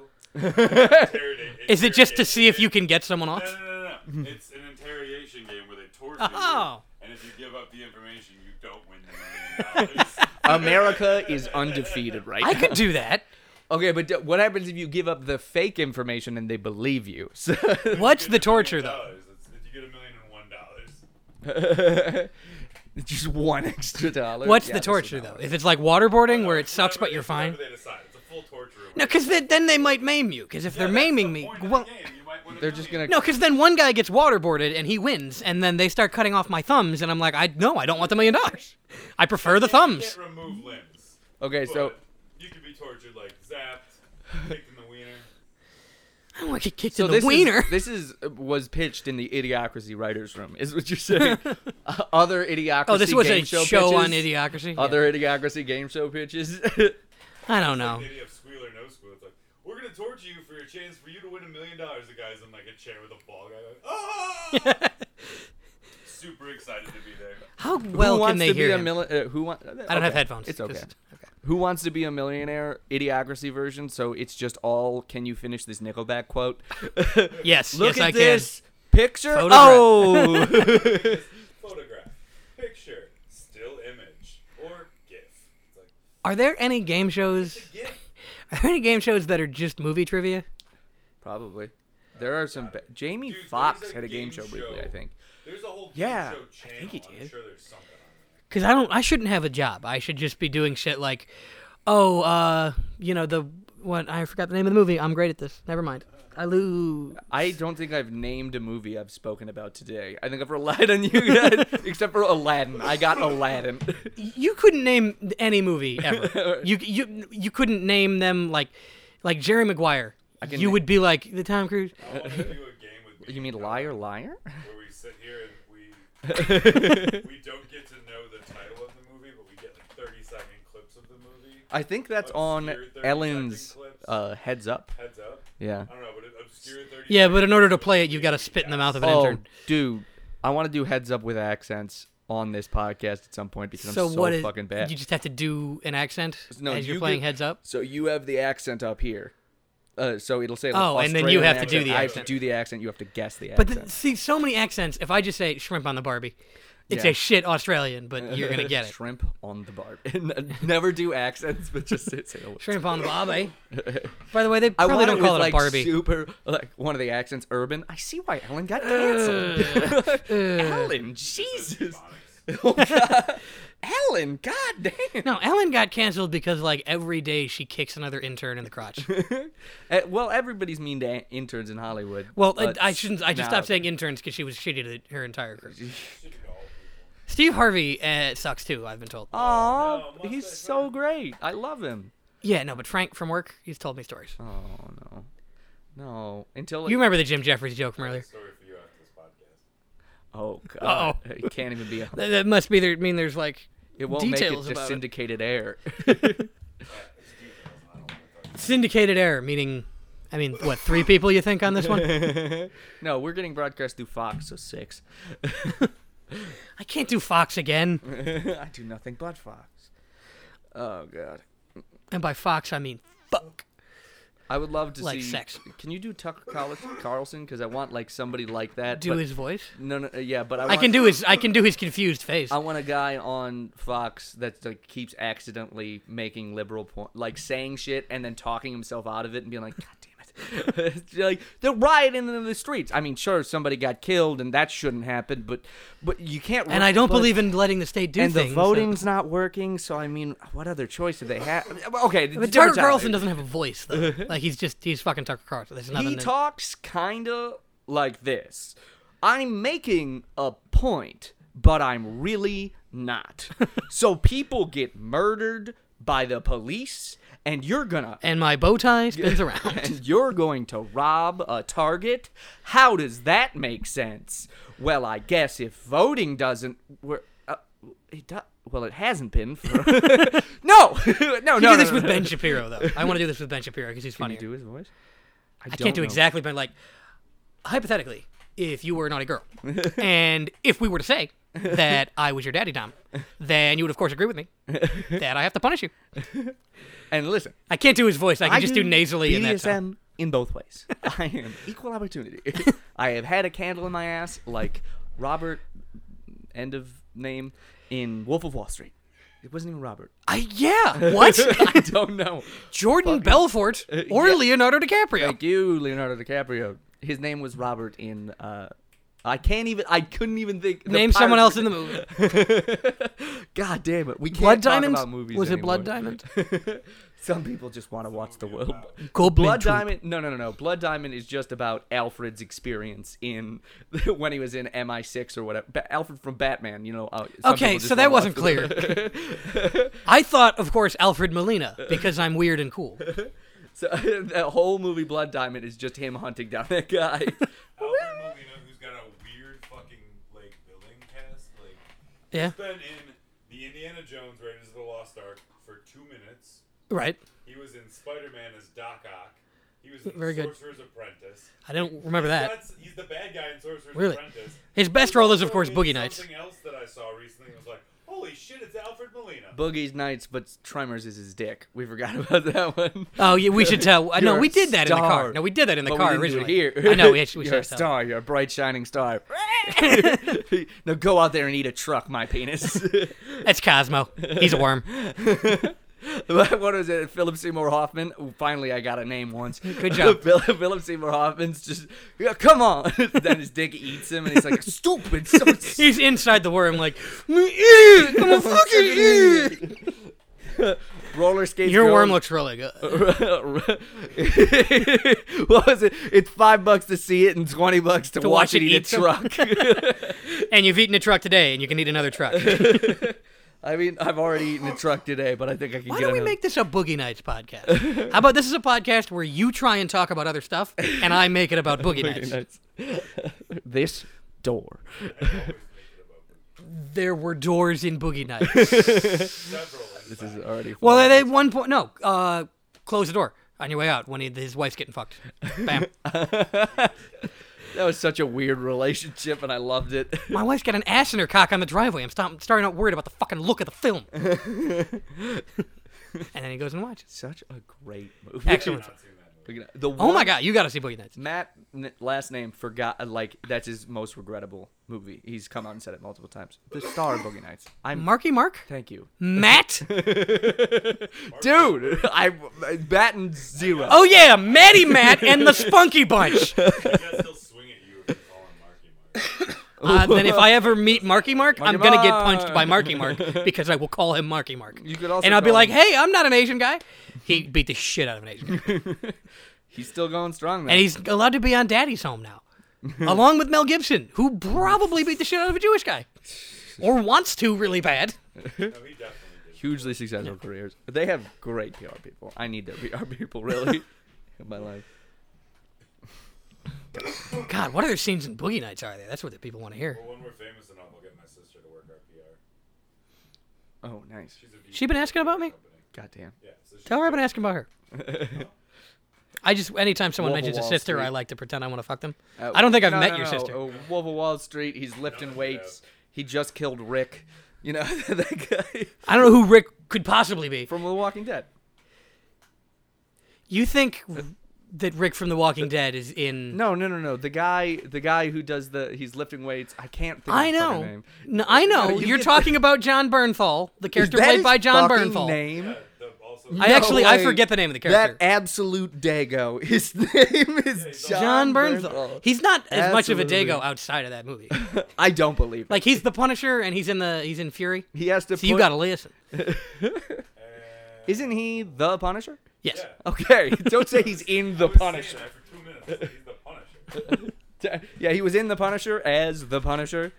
A: (laughs)
E: Interrogate-
A: Is it just to
E: interrogation
A: see if you
E: game.
A: can get someone
E: No,
A: off?
E: no, no,
A: (laughs)
E: no. It's an interrogation game where they torture
A: Oh.
E: you, and if you give up the information, you don't win the million dollars.
B: America is undefeated, right?
A: I
B: now.
A: could do that.
B: Okay, but d- what happens if you give up the fake information and they believe you? (laughs) So
A: (laughs) What's
E: You
A: the
E: get million
A: torture, though?
E: dollars. It's- You get a million and one dollars.
B: just one extra dollar.
A: What's
B: Yeah,
A: the
B: this is
A: torture,
B: not-
A: though? If it's like waterboarding, (laughs) where it sucks, but you're fine?
E: Whatever they decide. It's a full torture. room.
A: No, because then they might maim you, because if
E: Yeah,
A: they're
E: that's
A: maiming
E: the
A: me.
E: point of
A: Well,
E: the game. You might win a
B: They're just
E: million.
B: gonna
A: no, because then one guy gets waterboarded and he wins, and then they start cutting off my thumbs, and I'm like, I no, I don't want the million dollars. I prefer the
E: You
A: thumbs.
E: can't remove limbs.
B: Okay,
E: but
B: so
E: you could be tortured like
A: (sighs)
E: zapped, kicked in the wiener.
A: Oh, I don't want to get kicked
B: So
A: in the
B: this
A: wiener.
B: Is, this is was pitched in the Idiocracy writers' room, is what
A: (laughs)
B: you're saying. Uh, other Idiocracy.
A: Oh, this was
B: game
A: a
B: show,
A: show,
B: pitches,
A: on Idiocracy. Yeah.
B: Other Idiocracy game show pitches. (laughs)
A: I don't know.
E: The idea of squeal or no squeal. It's like we're gonna torture you for your chance for you to win a million dollars. The guy's in like a chair with a ball guy. Like,
A: (laughs)
E: oh! Super excited to be there.
A: How well
B: who wants
A: can they
B: to
A: hear
B: be
A: him?
B: a mili- uh, who wa- I don't
A: I don't have headphones.
B: It's okay.
A: Just- okay.
B: Who wants to be a millionaire? Idiocracy version. So it's just all. Can you finish this Nickelback
A: (laughs)
B: quote?
A: Yes,
B: Look
A: yes,
B: at
A: I
B: this picture.
A: Photograph. (laughs)
B: Oh.
E: Photograph, picture, still image, or GIF. It's like
A: can. Are there any game shows? (laughs)
E: GIF.
A: Are there any game shows that are just movie trivia?
B: Probably. There are some. Ba- Jamie
E: Dude, there's
B: Foxx
E: a
B: had a game
E: game
B: show briefly,
E: show.
B: I think.
E: There's a whole game
B: Yeah,
E: show
B: I
E: channel.
B: think he
E: I'm
B: did.
E: sure
A: (laughs)
E: there's something on
A: Because I don't. I shouldn't have a job. I should just be doing shit like, oh, uh, you know the what? I forgot the name of the movie. I'm great at this. Never mind. I lose.
B: I don't think I've named a movie I've spoken about today. I think I've relied on you guys,
A: (laughs)
B: except for Aladdin. I got Aladdin.
A: You couldn't name any movie
B: (laughs)
A: ever. you you you couldn't name them like like Jerry Maguire.
B: can
A: You
B: na-
A: would be like the Tom Cruise.
E: I want to do a game with me.
B: you mean
E: and
B: liar,
E: Kyle,
B: liar?
E: Where we sit here and we we don't get to know the title of the movie, but we get like 30 second clips of the movie.
B: I think that's
E: Obscure
B: on
E: 30
B: Ellen's
E: second clips.
B: uh, heads up.
E: Heads up.
B: Yeah.
E: I don't know, but it- obscure 30.
A: Yeah, but in order to
E: seconds
A: play
E: of
A: it, you've got to spit in the
E: yes.
A: mouth of an
B: Oh,
A: intern.
B: dude, I want to do heads up with accents on this podcast at some point because
A: So,
B: I'm so
A: what is?
B: fucking bad.
A: You just have to do an accent
B: No,
A: as you're
B: you
A: playing
B: could-
A: heads up.
B: So you have the accent up here. Uh, so it'll say. Like,
A: Oh, and then you
B: Australian
A: have to do the
B: I have
A: accent.
B: to do the accent. You have to guess the
A: But
B: accent.
A: th- see, so many accents. If I just say shrimp on the Barbie, it's
B: Yeah.
A: a shit Australian, but you're gonna get it.
B: (laughs) Shrimp on the barb. (laughs) N- Never do accents, but just say. say hello.
A: Shrimp on the Barbie.
B: (laughs)
A: By the way, they
B: I
A: probably
B: want
A: don't
B: it
A: call it
B: with,
A: a
B: like,
A: Barbie.
B: Super, like one of the accents, urban. I see why Ellen
A: (laughs)
B: got canceled. Ellen, Jesus. (laughs) Oh, God. Ellen, goddamn.
A: No, Ellen got canceled because like every day she kicks another intern in the
B: (laughs)
A: crotch.
B: Uh, well, everybody's mean to a- interns in Hollywood.
A: Well, I-
B: but
A: I shouldn't. I just
B: no.
A: stopped saying interns because she was shitty to her entire crew. Steve Harvey uh, sucks too. I've been told.
B: Aw,
E: No,
B: he's
E: Mustache
B: so great. I love him.
A: Yeah, no, but Frank from work, he's told me stories.
B: Oh no, no. Until
A: You remember the Jim Jeffries joke from earlier?
E: Story for you after this podcast.
B: Oh god, it can't even
A: (laughs)
B: be. A,
A: That, that must be there. Mean there's
B: (laughs)
A: like
B: it won't
A: details
B: make it
A: about
B: just
A: it.
B: syndicated air. (laughs)
A: syndicated error, meaning, I mean, what three people you think on this one?
B: no, we're getting broadcast through Fox, so six.
A: I can't do Fox again,
B: (laughs) I do nothing but Fox. Oh god,
A: and by Fox I mean fuck.
B: I would love to
A: Like
B: see.
A: sex.
B: Can you do Tucker Carl- Carlson? Because I want like somebody like that.
A: Do
B: but-
A: his voice.
B: No, no, uh, yeah, but I,
A: I
B: want,
A: can do his. I can do his confused face.
B: I want a guy on Fox that like keeps accidentally making liberal point, like saying shit and then talking himself out of it and being like, "God damn it!" (laughs) like they're rioting in the streets. I mean, sure, somebody got killed and that shouldn't happen, but but you can't.
A: And I don't
B: but-
A: believe in letting the state do
B: And
A: things. so-
B: the voting's not working, so I mean, what other choice do they have? Okay,
A: But Tucker Carlson doesn't have a voice
B: (laughs)
A: though. like he's just he's fucking Tucker Carlson. There's nothing.
B: He
A: to-
B: talks kinda like this. I'm making a point, but I'm really not. so people get murdered by the police, and you're gonna
A: and my bow tie spins
B: (laughs)
A: around.
B: and you're going to rob a target? How does that make sense? Well, I guess if voting doesn't, we uh, it do, well, it hasn't been for. (laughs) no, (laughs) no, no.
A: You
B: no,
A: do this
B: no,
A: with
B: no.
A: Ben Shapiro though. I want to do this with Ben Shapiro because he's
B: Can
A: funny.
B: you do his voice?
A: I can't do exactly, but like hypothetically, if you were a naughty
B: (laughs)
A: girl, and if we were to say that I was your daddy, Dom, then you would of course agree with me that I have to punish you.
B: And listen,
A: I can't do his voice. I can just do
B: do
A: nasally in that. Time.
B: BDSM in
A: (laughs)
B: both ways. I am equal opportunity. (laughs) I have had a candle in my ass like Robert, end of name, in Wolf of Wall Street. It wasn't even Robert.
A: I, yeah.
B: (laughs)
A: What?
B: I don't know.
A: Jordan Belfort
B: (laughs)
A: or
B: yeah.
A: Leonardo DiCaprio?
B: Thank you, Leonardo DiCaprio. His name was Robert in. Uh, I can't even. I couldn't even think. the
A: Name someone else
B: Pirates-
A: in the movie.
B: (laughs) God damn it. We can't
A: Blood
B: talk
A: Diamond?
B: about movies
A: Was it Blood
B: anymore.
A: Diamond?
B: (laughs) Some people just want to watch the world.
A: Goblin
B: Blood
A: Troop.
B: Diamond. No, no, no, no. Blood Diamond is just about Alfred's experience in (laughs) when he was in MI6 or whatever. Ba- Alfred from Batman. You know. Uh, some
A: Okay,
B: people just
A: so that
B: wanna
A: wasn't
B: watch the-
A: clear. (laughs) I thought, of course, Alfred Molina because I'm weird and cool.
B: (laughs) So (laughs) the whole movie Blood Diamond is just him hunting down that guy.
A: (laughs)
E: Alfred Molina, who's got a weird fucking like villain cast, like
A: Yeah,
E: he's been in the Indiana Jones Raiders of the Lost Ark for two minutes.
A: right.
E: He was in Spider Man as Doc Ock. He was in
A: Very good.
E: Sorcerer's Apprentice.
A: I don't remember that.
E: That's he's the bad guy in Sorcerer's
A: Really?
E: Apprentice.
A: His best
E: He was
A: role is, of
E: also
A: course,
E: in
A: Boogie Nights.
E: Something else that I saw recently was like, holy shit, it's Alfred Molina.
B: Boogie's Nights, but Tremors is his dick. We forgot (laughs) about that one.
A: Oh, yeah, we should tell. I no,
B: You're
A: we
B: a
A: did that in the car.
B: star.
A: No, we did that in the
B: But
A: car
B: we didn't
A: originally.
B: do it
A: (laughs)
B: here.
A: I
B: (laughs)
A: know. We actually we
B: you're a
A: should tell.
B: star. You're a bright
A: (laughs)
B: shining star. now go out there and eat a truck, my penis. (laughs)
A: That's Cosmo. He's a worm.
B: what was it? Philip Seymour Hoffman. Ooh, Finally, I got a name once.
A: (laughs) Good job.
B: (laughs) Phil- Philip Seymour Hoffman's just yeah, come on. (laughs) then his dick eats him, and he's like
A: (laughs)
B: stupid. So
A: (laughs)
B: stupid.
A: He's inside the worm, like, "Me idiot! I'm a fucking idiot.
B: (laughs) roller skates.
A: Your
B: go- (laughs)
A: worm looks really good.
B: what was it? It's five bucks to see it and twenty bucks to, watch, it eat a
A: some-
B: truck.
A: And you've eaten a truck today, and you can eat another
B: (laughs)
A: truck.
B: I mean, I've already eaten a truck today, but I think I can
A: Why
B: get
A: don't we
B: another-
A: make this a Boogie Nights
B: (laughs)
A: podcast? How about this is a podcast where you try and talk about other stuff, and I make it about
B: (laughs)
A: Boogie, Nights.
B: this door.
A: There were doors in Boogie
B: (laughs)
A: Nights.
E: Several. in
B: This
E: fact.
B: is already.
A: well,
B: fun.
A: at at one point, no, uh, close the door on your way out when he, his wife's getting fucked. Bam.
B: that was such a weird relationship, and I loved it. (laughs)
A: My wife's got an ass in her cock on the driveway. I'm stop- starting out worried about the fucking look of the
B: (laughs)
A: film. and then he goes and watches.
B: such a great movie.
A: Excellent.
E: I've seen that movie.
B: Look at that. The
A: Oh my
B: one-
A: god, you gotta see Boogie Nights.
B: Matt n- last name forgot uh, like that's his most regrettable movie. He's come out and said it multiple times. The star of Boogie Nights. I'm
A: Marky Mark?
B: Thank you,
A: Matt?
B: dude. (laughs) I'm I'm batting zero.
A: Oh yeah, Matty Matt and the Spunky Bunch.
E: That still swing at you if you call him Marky Mark.
A: Uh, then if I ever meet Marky Mark, I'm
B: Marky
A: gonna get
B: Mark.
A: punched by Marky Mark because I will call him Marky Mark.
B: You could also
A: and I'll be
B: call
A: like,
B: him-
A: "Hey, I'm not an Asian guy." He beat the shit out of an Asian guy,
B: He's still going strong. Man.
A: and he's allowed to be on Daddy's Home
B: (laughs)
A: now, along with Mel Gibson, who probably beat the shit out of a Jewish guy, or wants to really bad.
E: No, he definitely did.
B: hugely successful careers. They have great PR people. I need their (laughs) PR people really in my life.
A: God, what other scenes in Boogie Nights are there? That's what the people want to hear.
E: Well, when we're famous enough, I'll get my sister to work our PR.
B: Oh, nice.
E: She's a VP
A: She been asking about me?
E: company.
B: Goddamn.
E: Yeah. So she's
A: Tell her I've been asking about
B: (laughs)
A: her. I just anytime someone
B: Wolf of
A: mentions a
B: Wall
A: sister, I
B: Street.
A: like to pretend I want to fuck them.
B: Uh,
A: I don't think I've
B: no,
A: met
B: no,
A: your
B: no.
A: sister.
B: Oh, Wolf of Wall Street. He's lifting weights. He just killed Rick. You know (laughs) that guy
A: I don't
B: oh.
A: know who Rick could possibly be.
B: from The Walking Dead.
A: You
B: (laughs)
A: think that Rick from The Walking Dead is in?
B: No, no, no, no. The guy, the guy who does the, he's lifting weights. I can't think.
A: I
B: of his fucking
A: know.
B: Name.
A: No, I know.
B: No, you
A: you are
B: get-
A: talking about John Bernthal, the character played by John Bernthal.
B: Name.
E: Yeah, the, also,
A: I actually I
B: way.
A: forget the name of the
B: That
A: character.
B: absolute dago. His (laughs) name is
A: John
B: John,
A: Bernthal. He's not as much of a
B: Absolutely.
A: dago outside of that movie.
B: I don't believe it.
A: Like he's the Punisher and he's in the he's in Fury.
B: he has to.
A: So you
B: put-
A: gotta listen.
B: (laughs) Isn't he the Punisher?
A: Yes.
B: Okay, (laughs) don't say he's in
E: (laughs)
B: the
E: I was saying
B: Punisher. (laughs)
E: that for two minutes. like, He's the Punisher.
B: Yeah, he was in the Punisher as the Punisher.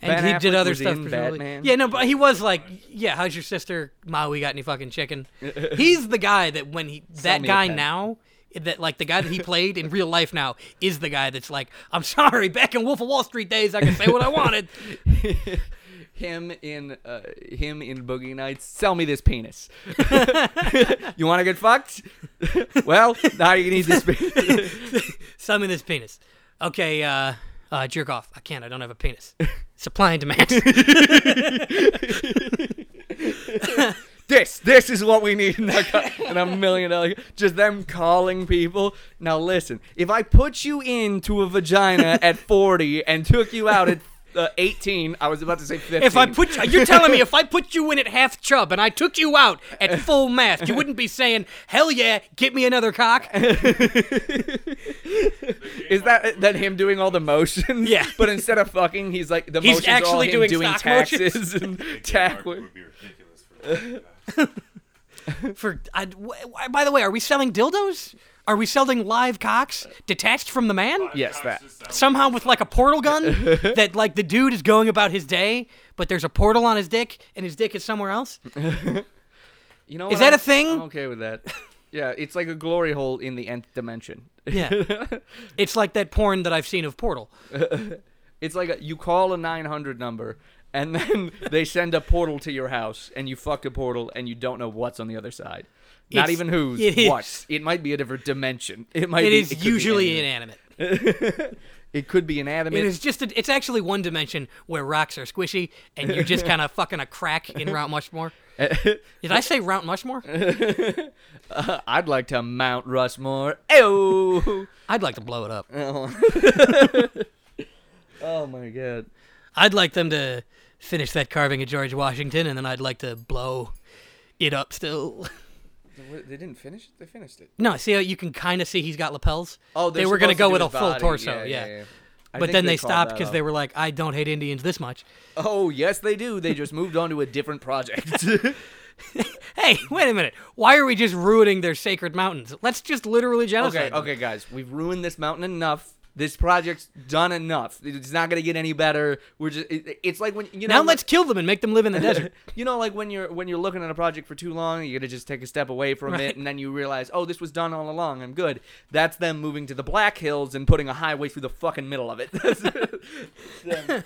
A: And
B: Ben
A: he did
B: Affleck
A: other
B: was
A: stuff.
B: in
A: presumably.
B: Batman.
A: Yeah, no, but he was like, yeah, how's your sister? Ma, we got any fucking chicken? He's the guy that when he that
B: me a
A: guy
B: pen.
A: now that like the guy that he played in real life now is the guy that's like, I'm sorry, back in Wolf of Wall Street days, I could say what I
B: (laughs)
A: wanted.
B: him in uh, him in Boogie Nights. Sell me
A: (laughs)
B: this penis. (laughs) you want to get fucked? (laughs) well, now you can eat this
A: (laughs)
B: penis.
A: Summon this penis. Okay, uh, uh, jerk off. I can't. I don't have a penis. Supply and demand.
B: (laughs) this this is what we need in a, co- in a million dollar just them calling people now listen if i put you into a
A: (laughs)
B: vagina at 40 and took you out at uh, 18 i was about to say 15
A: (laughs) if I put you, you're telling me if I put you in at half chub and I took you out at full mast, you wouldn't be saying, hell yeah, get me another cock.
B: (laughs) (laughs) is that that him doing all the motions
A: Yeah.
B: but instead of fucking he's like the
A: He's
B: motions are all
A: actually
B: him
A: doing
B: doing
A: stock motions.
B: taxes and
E: Denmark
B: tackling
E: would be ridiculous for
B: (laughs)
E: that.
A: For I, w- w- by the way, are we selling dildos? Are we selling live cocks detached from the man?
B: Yes, that.
A: Somehow with like a portal
B: (laughs)
A: gun that like the dude is going about his day, but there's a portal on his dick and his dick is somewhere else.
B: you know
A: Is
B: what?
A: that a
B: I'm-
A: thing?
B: i'm okay with that yeah it's like a glory hole in the nth dimension (laughs)
A: Yeah, it's like that porn that I've seen of Portal.
B: It's like a, you call a 900 number and (laughs) then they send a portal to your house and you fuck a portal and you don't know what's on the other side. Not
A: It's-
B: even who's,
A: it is-
B: what's. It might be a different dimension. It might
A: It
B: be
A: is
B: could be
A: usually
B: anything.
A: inanimate.
B: It could be inanimate.
A: It is just a, it's actually one dimension where rocks are squishy and you're
B: (laughs)
A: just kind of fucking a crack in Mount Mushmore. Did I say Mount
B: (laughs)
A: Mushmore?
B: I'd like to mount Rushmore. Ew.
A: I'd like to blow it up.
B: oh my god.
A: I'd like them to finish that carving of George Washington, and then I'd like to blow it up still. (laughs)
B: They didn't finish it. They finished it.
A: No, see how you can kind of see he's got lapels.
B: Oh,
A: they
B: they're
A: were gonna
B: supposed
A: go
B: do
A: with a
B: his
A: full
B: body.
A: torso,
B: yeah.
A: yeah.
B: yeah. I
A: But
B: think
A: then they,
B: called
A: stopped
B: that
A: because
B: off.
A: they were like, "I don't hate Indians this much." (laughs)
B: Oh yes, they do. They just moved on to a different project.
A: Hey, (laughs) wait a minute. Why are we just ruining their sacred mountains? Let's just literally genocide.
B: Okay,
A: them.
B: okay, guys, we've ruined this mountain enough. This project's done enough. It's not gonna get any better. We're just. It, it's like when you know.
A: Now
B: when-
A: let's kill them and make them
B: (laughs)
A: live in the desert.
B: you know, like when you're when you're looking at a project for too long, you gotta just take a step away from
A: Right.
B: it, and then you realize, oh, this was done all along. I'm good. That's them moving to the Black Hills and putting a highway through the fucking middle of it. (laughs) That's
A: (laughs)
B: them.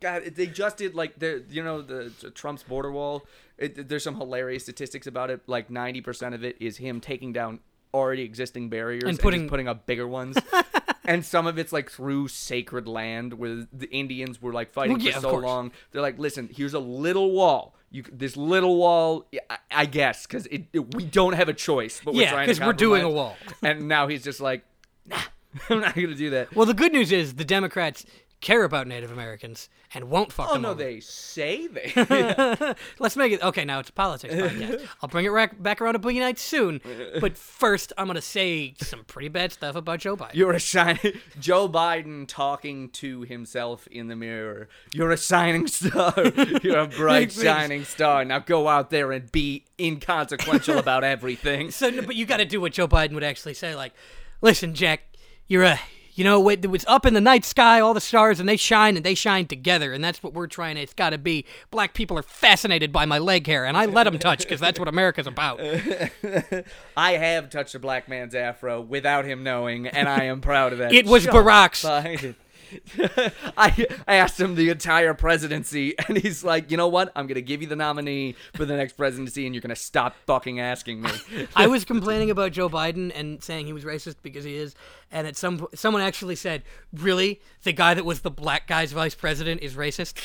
B: God, they just did like the you know the Trump's border wall. It, there's some hilarious statistics about it. Like 90% of it is him taking down already existing barriers and, just
A: putting-
B: putting up bigger ones.
A: (laughs)
B: and some of it's like through sacred land where the Indians were like fighting
A: Well, yeah,
B: for
A: of
B: so
A: course.
B: long along, They're like, listen, here's a little wall. You c- this little wall, yeah, I, I guess, because it, it- we don't have a choice. But we're
A: Yeah,
B: trying
A: 'cause
B: to
A: we're doing a
B: compromise.
A: wall.
B: and now he's just like, nah, (laughs) I'm not gonna do that.
A: Well, the good news is the Democrats care about Native Americans and won't fuck
B: Oh
A: them
B: no,
A: over.
B: they say they. (laughs)
A: Let's make it okay. Now it's a politics podcast. I'll bring it rac- back around to Boogie Nights soon, but first I'm gonna say some pretty bad stuff about Joe Biden.
B: You're assigning Joe Biden talking to himself in the mirror. You're a
A: (laughs)
B: shining star. You're a bright
A: Makes sense.
B: shining star. Now go out there and be inconsequential
A: (laughs)
B: about everything.
A: So, no, but you got to do what Joe Biden would actually say. Like, listen, Jack, you're a, you know, what it's up in the night sky, all the stars, and they shine and they shine together, and that's what we're trying. It's got to be. Black people are fascinated by my leg hair, and I let them touch because that's what America's about.
B: I have touched a black man's afro without him knowing, and I am proud of that.
A: It was
B: Joe
A: Barack's.
B: Biden. (laughs) I I asked him the entire presidency, and he's like, you know what? I'm gonna give you the nominee for the next presidency, and you're gonna stop fucking asking me.
A: I was complaining about Joe Biden and saying he was racist because he is, and at some po- someone actually said, "Really, the guy that was the black guy's vice president is racist."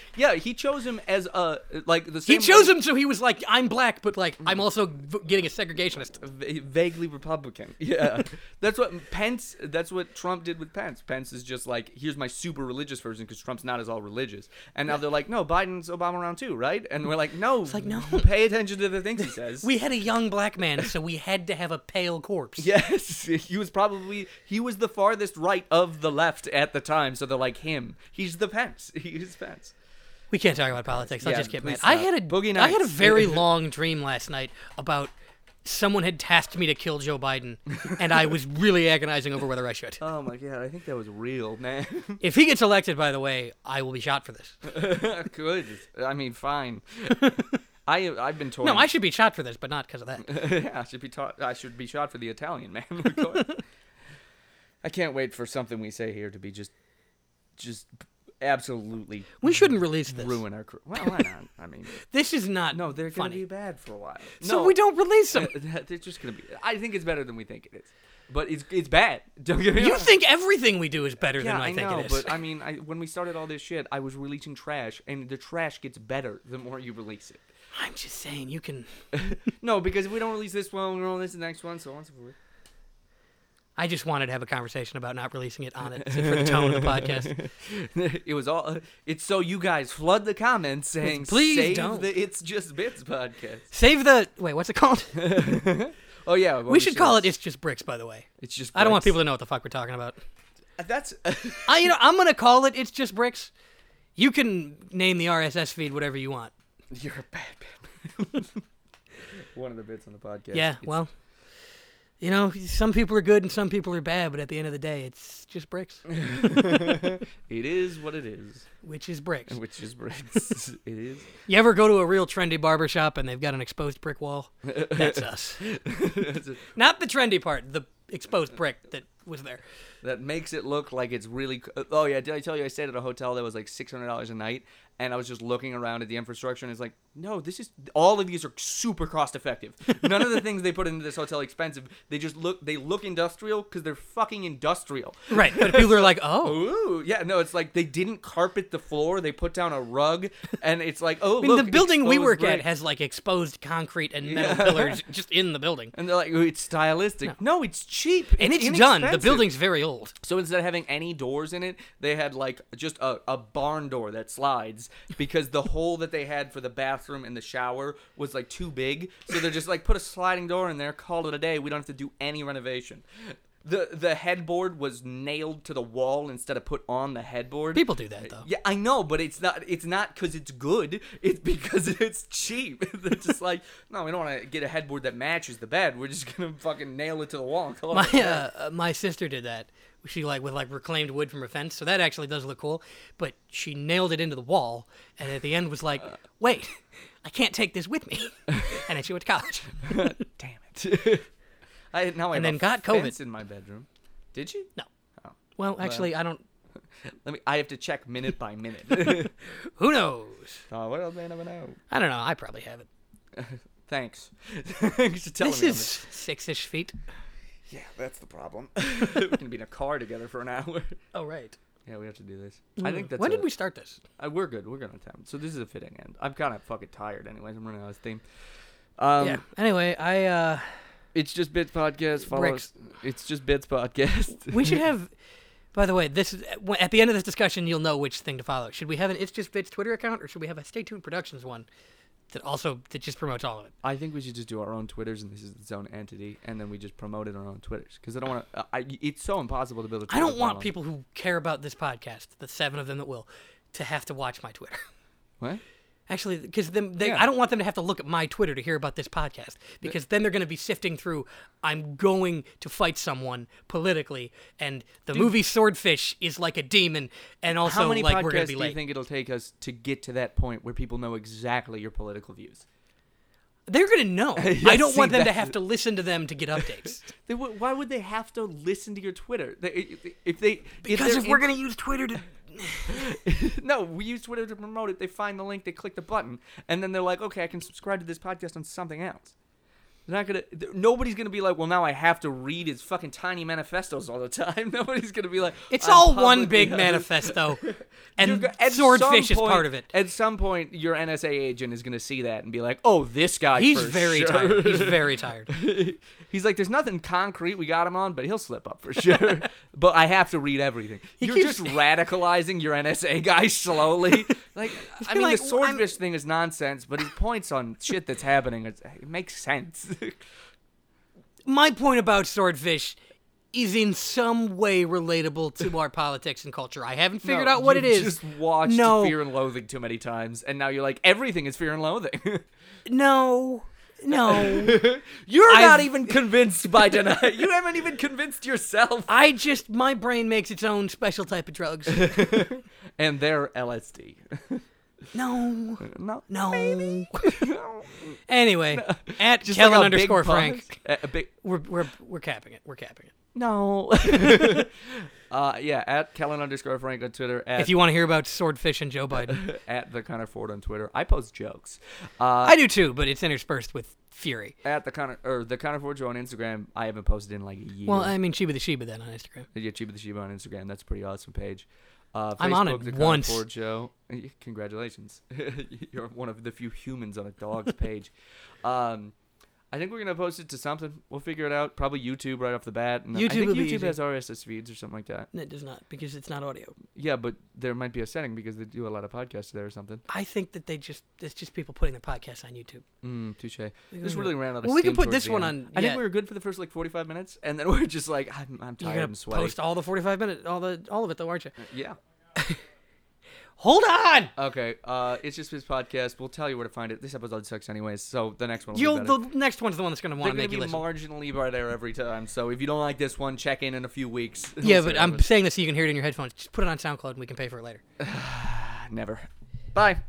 B: (laughs) yeah, he chose him as a like the
A: He
B: same
A: chose him so he was like, "I'm black, but
B: Mm.
A: like I'm also v- getting a segregationist."
B: v- vaguely Republican. (laughs) Yeah, that's what Pence. That's what Trump did with Pence. Pence is just like, here's my super religious version because Trump's not as all religious. And now they're like, no, Biden's Obama round two, right? And we're like, no, it's
A: like, no.
B: pay attention to the things he (laughs) says.
A: We had a young black man, so we had to have a pale corpse.
B: Yes, (laughs) he was probably he was the farthest right of the left at the time, so they're like him. He's the Pence. (laughs) He's Pence.
A: We can't talk about politics. I'll
B: Yeah,
A: just get mad.
B: please
A: I
B: stop.
A: had a
B: Boogie
A: I had a
B: Nights. (laughs)
A: very long dream last night about someone had tasked me to kill Joe Biden, and I was really agonizing over whether I
B: (laughs)
A: should.
B: Oh my god, I think that was real, man.
A: If he gets elected, by the way, I will be shot for this.
B: Good. (laughs) I mean, (laughs) fine. I I've been told.
A: No, I should be shot for this, but not because of that.
B: (laughs) yeah, I should be taught. I should be shot for the Italian man. (laughs) of course. I can't wait for something we say here to be just, just absolutely
A: We shouldn't release this.
B: ruin our career. Well, why not? I mean,
A: This is not
B: (laughs) no, they're gonna
A: funny.
B: be bad for a while.
A: so
B: no,
A: we don't
B: (laughs)
A: release them.
B: They're just gonna be. I think it's better than we think it is, but it's it's bad. (laughs) Don't get me
A: You
B: wrong.
A: think everything we do is better
B: Yeah,
A: than I,
B: I
A: think
B: know,
A: it is. (laughs)
B: but I mean, I, when we started all this shit, I was releasing trash, and the trash gets better the more you release it.
A: I'm just saying you can.
B: No, because if we don't release this one, we don't release the next one, so on and so forth.
A: I just wanted to have a conversation about not releasing it on it for the tone of the podcast.
B: (laughs) (laughs) it was all. uh, It's so you guys flood the comments saying,
A: Please
B: "Save
A: don't."
B: the It's Just Bits podcast."
A: Save the wait. What's it
B: (laughs)
A: called?
B: Oh yeah,
A: We should call it "It's Just Bricks." By the way,
B: It's just.
A: I don't want
B: Bricks.
A: people to know what the fuck we're talking about.
B: Uh, That's. (laughs)
A: I, you know, I'm gonna call it "It's Just Bricks." You can name the RSS feed whatever you want.
B: You're a bad man. (laughs) one of the bits on the podcast.
A: yeah.
B: It's-
A: Well, you know, some people are good and some people are bad, but at the end of the day, it's just bricks,
B: (laughs) it is what it is,
A: which is bricks.
B: (laughs) which
A: (laughs)
B: is bricks. it is.
A: You ever go to a real trendy barber shop and they've got an exposed brick
B: (laughs)
A: wall? That's us. Not the trendy part, the exposed brick that was there.
B: that makes it look like it's really. c- Oh yeah, did I tell you I stayed at a hotel that was like six hundred dollars a night, and I was just looking around at the infrastructure, and it's like, no, this is all of these are super cost effective. None of the things they put into this hotel are expensive. They just look they look industrial because they're fucking industrial.
A: Right. But people are like, oh.
B: Ooh, yeah, no, it's like they didn't carpet the floor. They put down a rug, and it's like,
A: (laughs)
B: oh,
A: I mean,
B: look,
A: the building we
B: exposed
A: work at
B: brick.
A: has like exposed concrete and metal pillars just in the building.
B: And they're like, "Oh, it's stylistic. No, it's cheap.
A: And it's done. The
B: inexpensive."
A: building's very old.
B: So instead of having any doors in it, they had like just a, a barn door that slides because the hole that they had for the bathroom and the shower was like too big. So they're just like, put a sliding door in there, call it a day. We don't have to do any renovation. the the headboard was nailed to the wall instead of put on the headboard. Uh,
A: People do that though.
B: Yeah, I know, but it's not. It's not because it's good. It's because (laughs) it's cheap. They're just like, no, we don't want to get a headboard that matches the bed. We're just gonna fucking nail it to the wall. And call
A: My
B: it a day."
A: (laughs) uh, uh, my sister did that. She like with like reclaimed wood from a fence, so that actually does look cool. But she nailed it into the wall, and at the end was
B: Uh.
A: like, "Wait, I can't take this with me." (laughs) and then she went to college.
B: Damn it! (laughs) I now I
A: And then
B: have a
A: got COVID.
B: fence in my bedroom. Did you?
A: No. Oh. Well, actually, I don't.
B: Let me. I have to check minute by
A: (laughs)
B: minute. (laughs)
A: Who knows?
B: oh, what else may I never know?
A: I don't know. I probably have it.
B: Thanks. Thanks for telling
A: This
B: me. on
A: is six-ish feet.
B: Yeah, that's
A: (laughs)
B: the problem. we can be in a car together for an hour. (laughs)
A: Oh right.
B: Yeah, we have to do this. I think that's
A: Mm. when
B: a-
A: did we start this?
B: Uh, we're good. We're good on time. So this is a fitting end. I'm kind of fucking tired, anyways. I'm running out of steam. Um,
A: yeah. Anyway, I uh,
B: It's just bits podcast. Follow
A: Bricks.
B: us. It's just bits podcast.
A: we should have. (laughs) By the way, this is at the end of this discussion, you'll know which thing to follow. Should we have an It's Just Bits Twitter account, or should we have a Stay Tuned Productions one that also that just promotes all of it?
B: I think we should just do our own Twitters, and this is its own entity, and then we just promote it on our own Twitters because I don't want to. I it's so impossible to build a
A: I
B: Twitter
A: don't want
B: following.
A: people who care about this podcast, the seven of them that will, to have to watch my Twitter. (laughs)
B: What?
A: Actually, because then they,
B: Yeah.
A: I don't want them to have to look at my Twitter to hear about this podcast, because then they're going to be sifting through. I'm going to fight someone politically, and the movie Swordfish is like a demon, and also
B: How many
A: like we're going
B: podcasts
A: to be
B: do you
A: late.
B: think it'll take us to get to that point where people know exactly your political views?
A: They're going to know.
B: (laughs) Yeah,
A: I don't want
B: see,
A: them to
B: that's-
A: have to listen to them to get
B: (laughs)
A: updates.
B: They, wou- why would they have to listen to your Twitter? They, if they
A: because if we're
B: gonna.
A: going to use Twitter to
B: (laughs) no, we use Twitter to promote it. They find the link, they click the button, and then they're like, okay, I can subscribe to this podcast on something else. They're not gonna. th- Nobody's gonna be like, well, now I have to read his fucking tiny manifestos all the time. (laughs) Nobody's gonna be like,
A: It's
B: I'm
A: all one
B: publicly- (laughs)
A: big manifesto,
B: You're
A: and
B: go- at
A: swordfish
B: some
A: is part
B: point-
A: of it.
B: At some point, your NSA agent is gonna see that and be like, oh, this guy.
A: He's
B: for
A: very
B: sure.
A: tired. He's
B: (laughs)
A: very tired.
B: He's like, there's nothing concrete we got him on, but he'll slip up for (laughs) sure. but I have to read everything. You're
A: keeps-
B: just radicalizing your NSA
A: (laughs)
B: guy slowly. like, I mean,
A: like,
B: the
A: "Well, I'm-"
B: swordfish thing is nonsense, but his points on shit that's happening, it's, it makes sense. (laughs)
A: My point about swordfish is in some way relatable to
B: (laughs)
A: our politics and culture. I haven't figured
B: No,
A: out what
B: you
A: it is.
B: Just watched
A: no,
B: Fear and Loathing too many times, and now you're like, everything is Fear and Loathing. (laughs)
A: no, no.
B: you're not
A: I've-
B: even convinced (laughs) by denying. you haven't even convinced yourself.
A: I just my brain makes its own special type of
B: (laughs)
A: drugs.
B: And they're LSD.
A: No,
B: (laughs) no,
A: no.
B: no.
A: (laughs) Anyway, at
B: Just
A: Kellen
B: like a big
A: underscore
B: pause.
A: Frank,
B: A- a big
A: we're we're we're capping it. We're capping it.
B: No. (laughs) uh, yeah, at Kellen underscore Frank on Twitter. At,
A: If you want to hear about swordfish and Joe
B: (laughs)
A: Biden,
B: at the Connor Ford on Twitter. I post jokes. Uh,
A: I do too, but it's interspersed with fury.
B: at the Connor or the Connor Ford show on Instagram. I haven't posted in like a year.
A: Well, I mean, Sheba the Sheba then on Instagram.
B: yeah, Chiba the Sheba on Instagram. That's a pretty awesome page. Uh,
A: I'm on
B: Facebook,
A: it
B: the
A: once.
B: Connor Ford show. (laughs) Congratulations, (laughs) you're one of the few humans on
A: (laughs)
B: a dog's page. Um, I think we're gonna post it to something. We'll figure it out. Probably YouTube right off the bat. And I
A: YouTube
B: think
A: will
B: YouTube
A: be easy.
B: has RSS feeds or something like that.
A: No, It does not because it's not audio.
B: Yeah, but there might be a setting because they do a lot of podcasts there or something.
A: I think that they just it's just people putting their podcasts on YouTube.
B: Mm, touche.
A: can
B: This
A: do
B: really
A: that.
B: ran out of
A: Well, we can
B: steam
A: put
B: towards
A: this
B: the
A: one
B: end.
A: on-
B: I
A: yeah.
B: think we were good for the first like 45 minutes, and then (laughs) we're just like, I'm, I'm
A: You're
B: tired
A: gonna
B: and sweaty.
A: post all the forty-five minutes, all the all of it, though, aren't you?
B: Yeah.
A: Hold on.
B: Okay. Uh, it's just his podcast. We'll tell you where to find it. This episode sucks anyways, so the next one. Will
A: You'll
B: be
A: the
B: better.
A: next one's the one that's gonna
B: They're
A: want to
B: gonna
A: make
B: be
A: you listen.
B: marginally better every time. So if you don't like this one, check in in a few weeks. We'll
A: yeah,
B: see
A: but
B: what
A: I'm
B: happens.
A: saying this so you can hear it in your headphones. Just put it on SoundCloud and we can pay for it later.
B: Ah, never. Bye.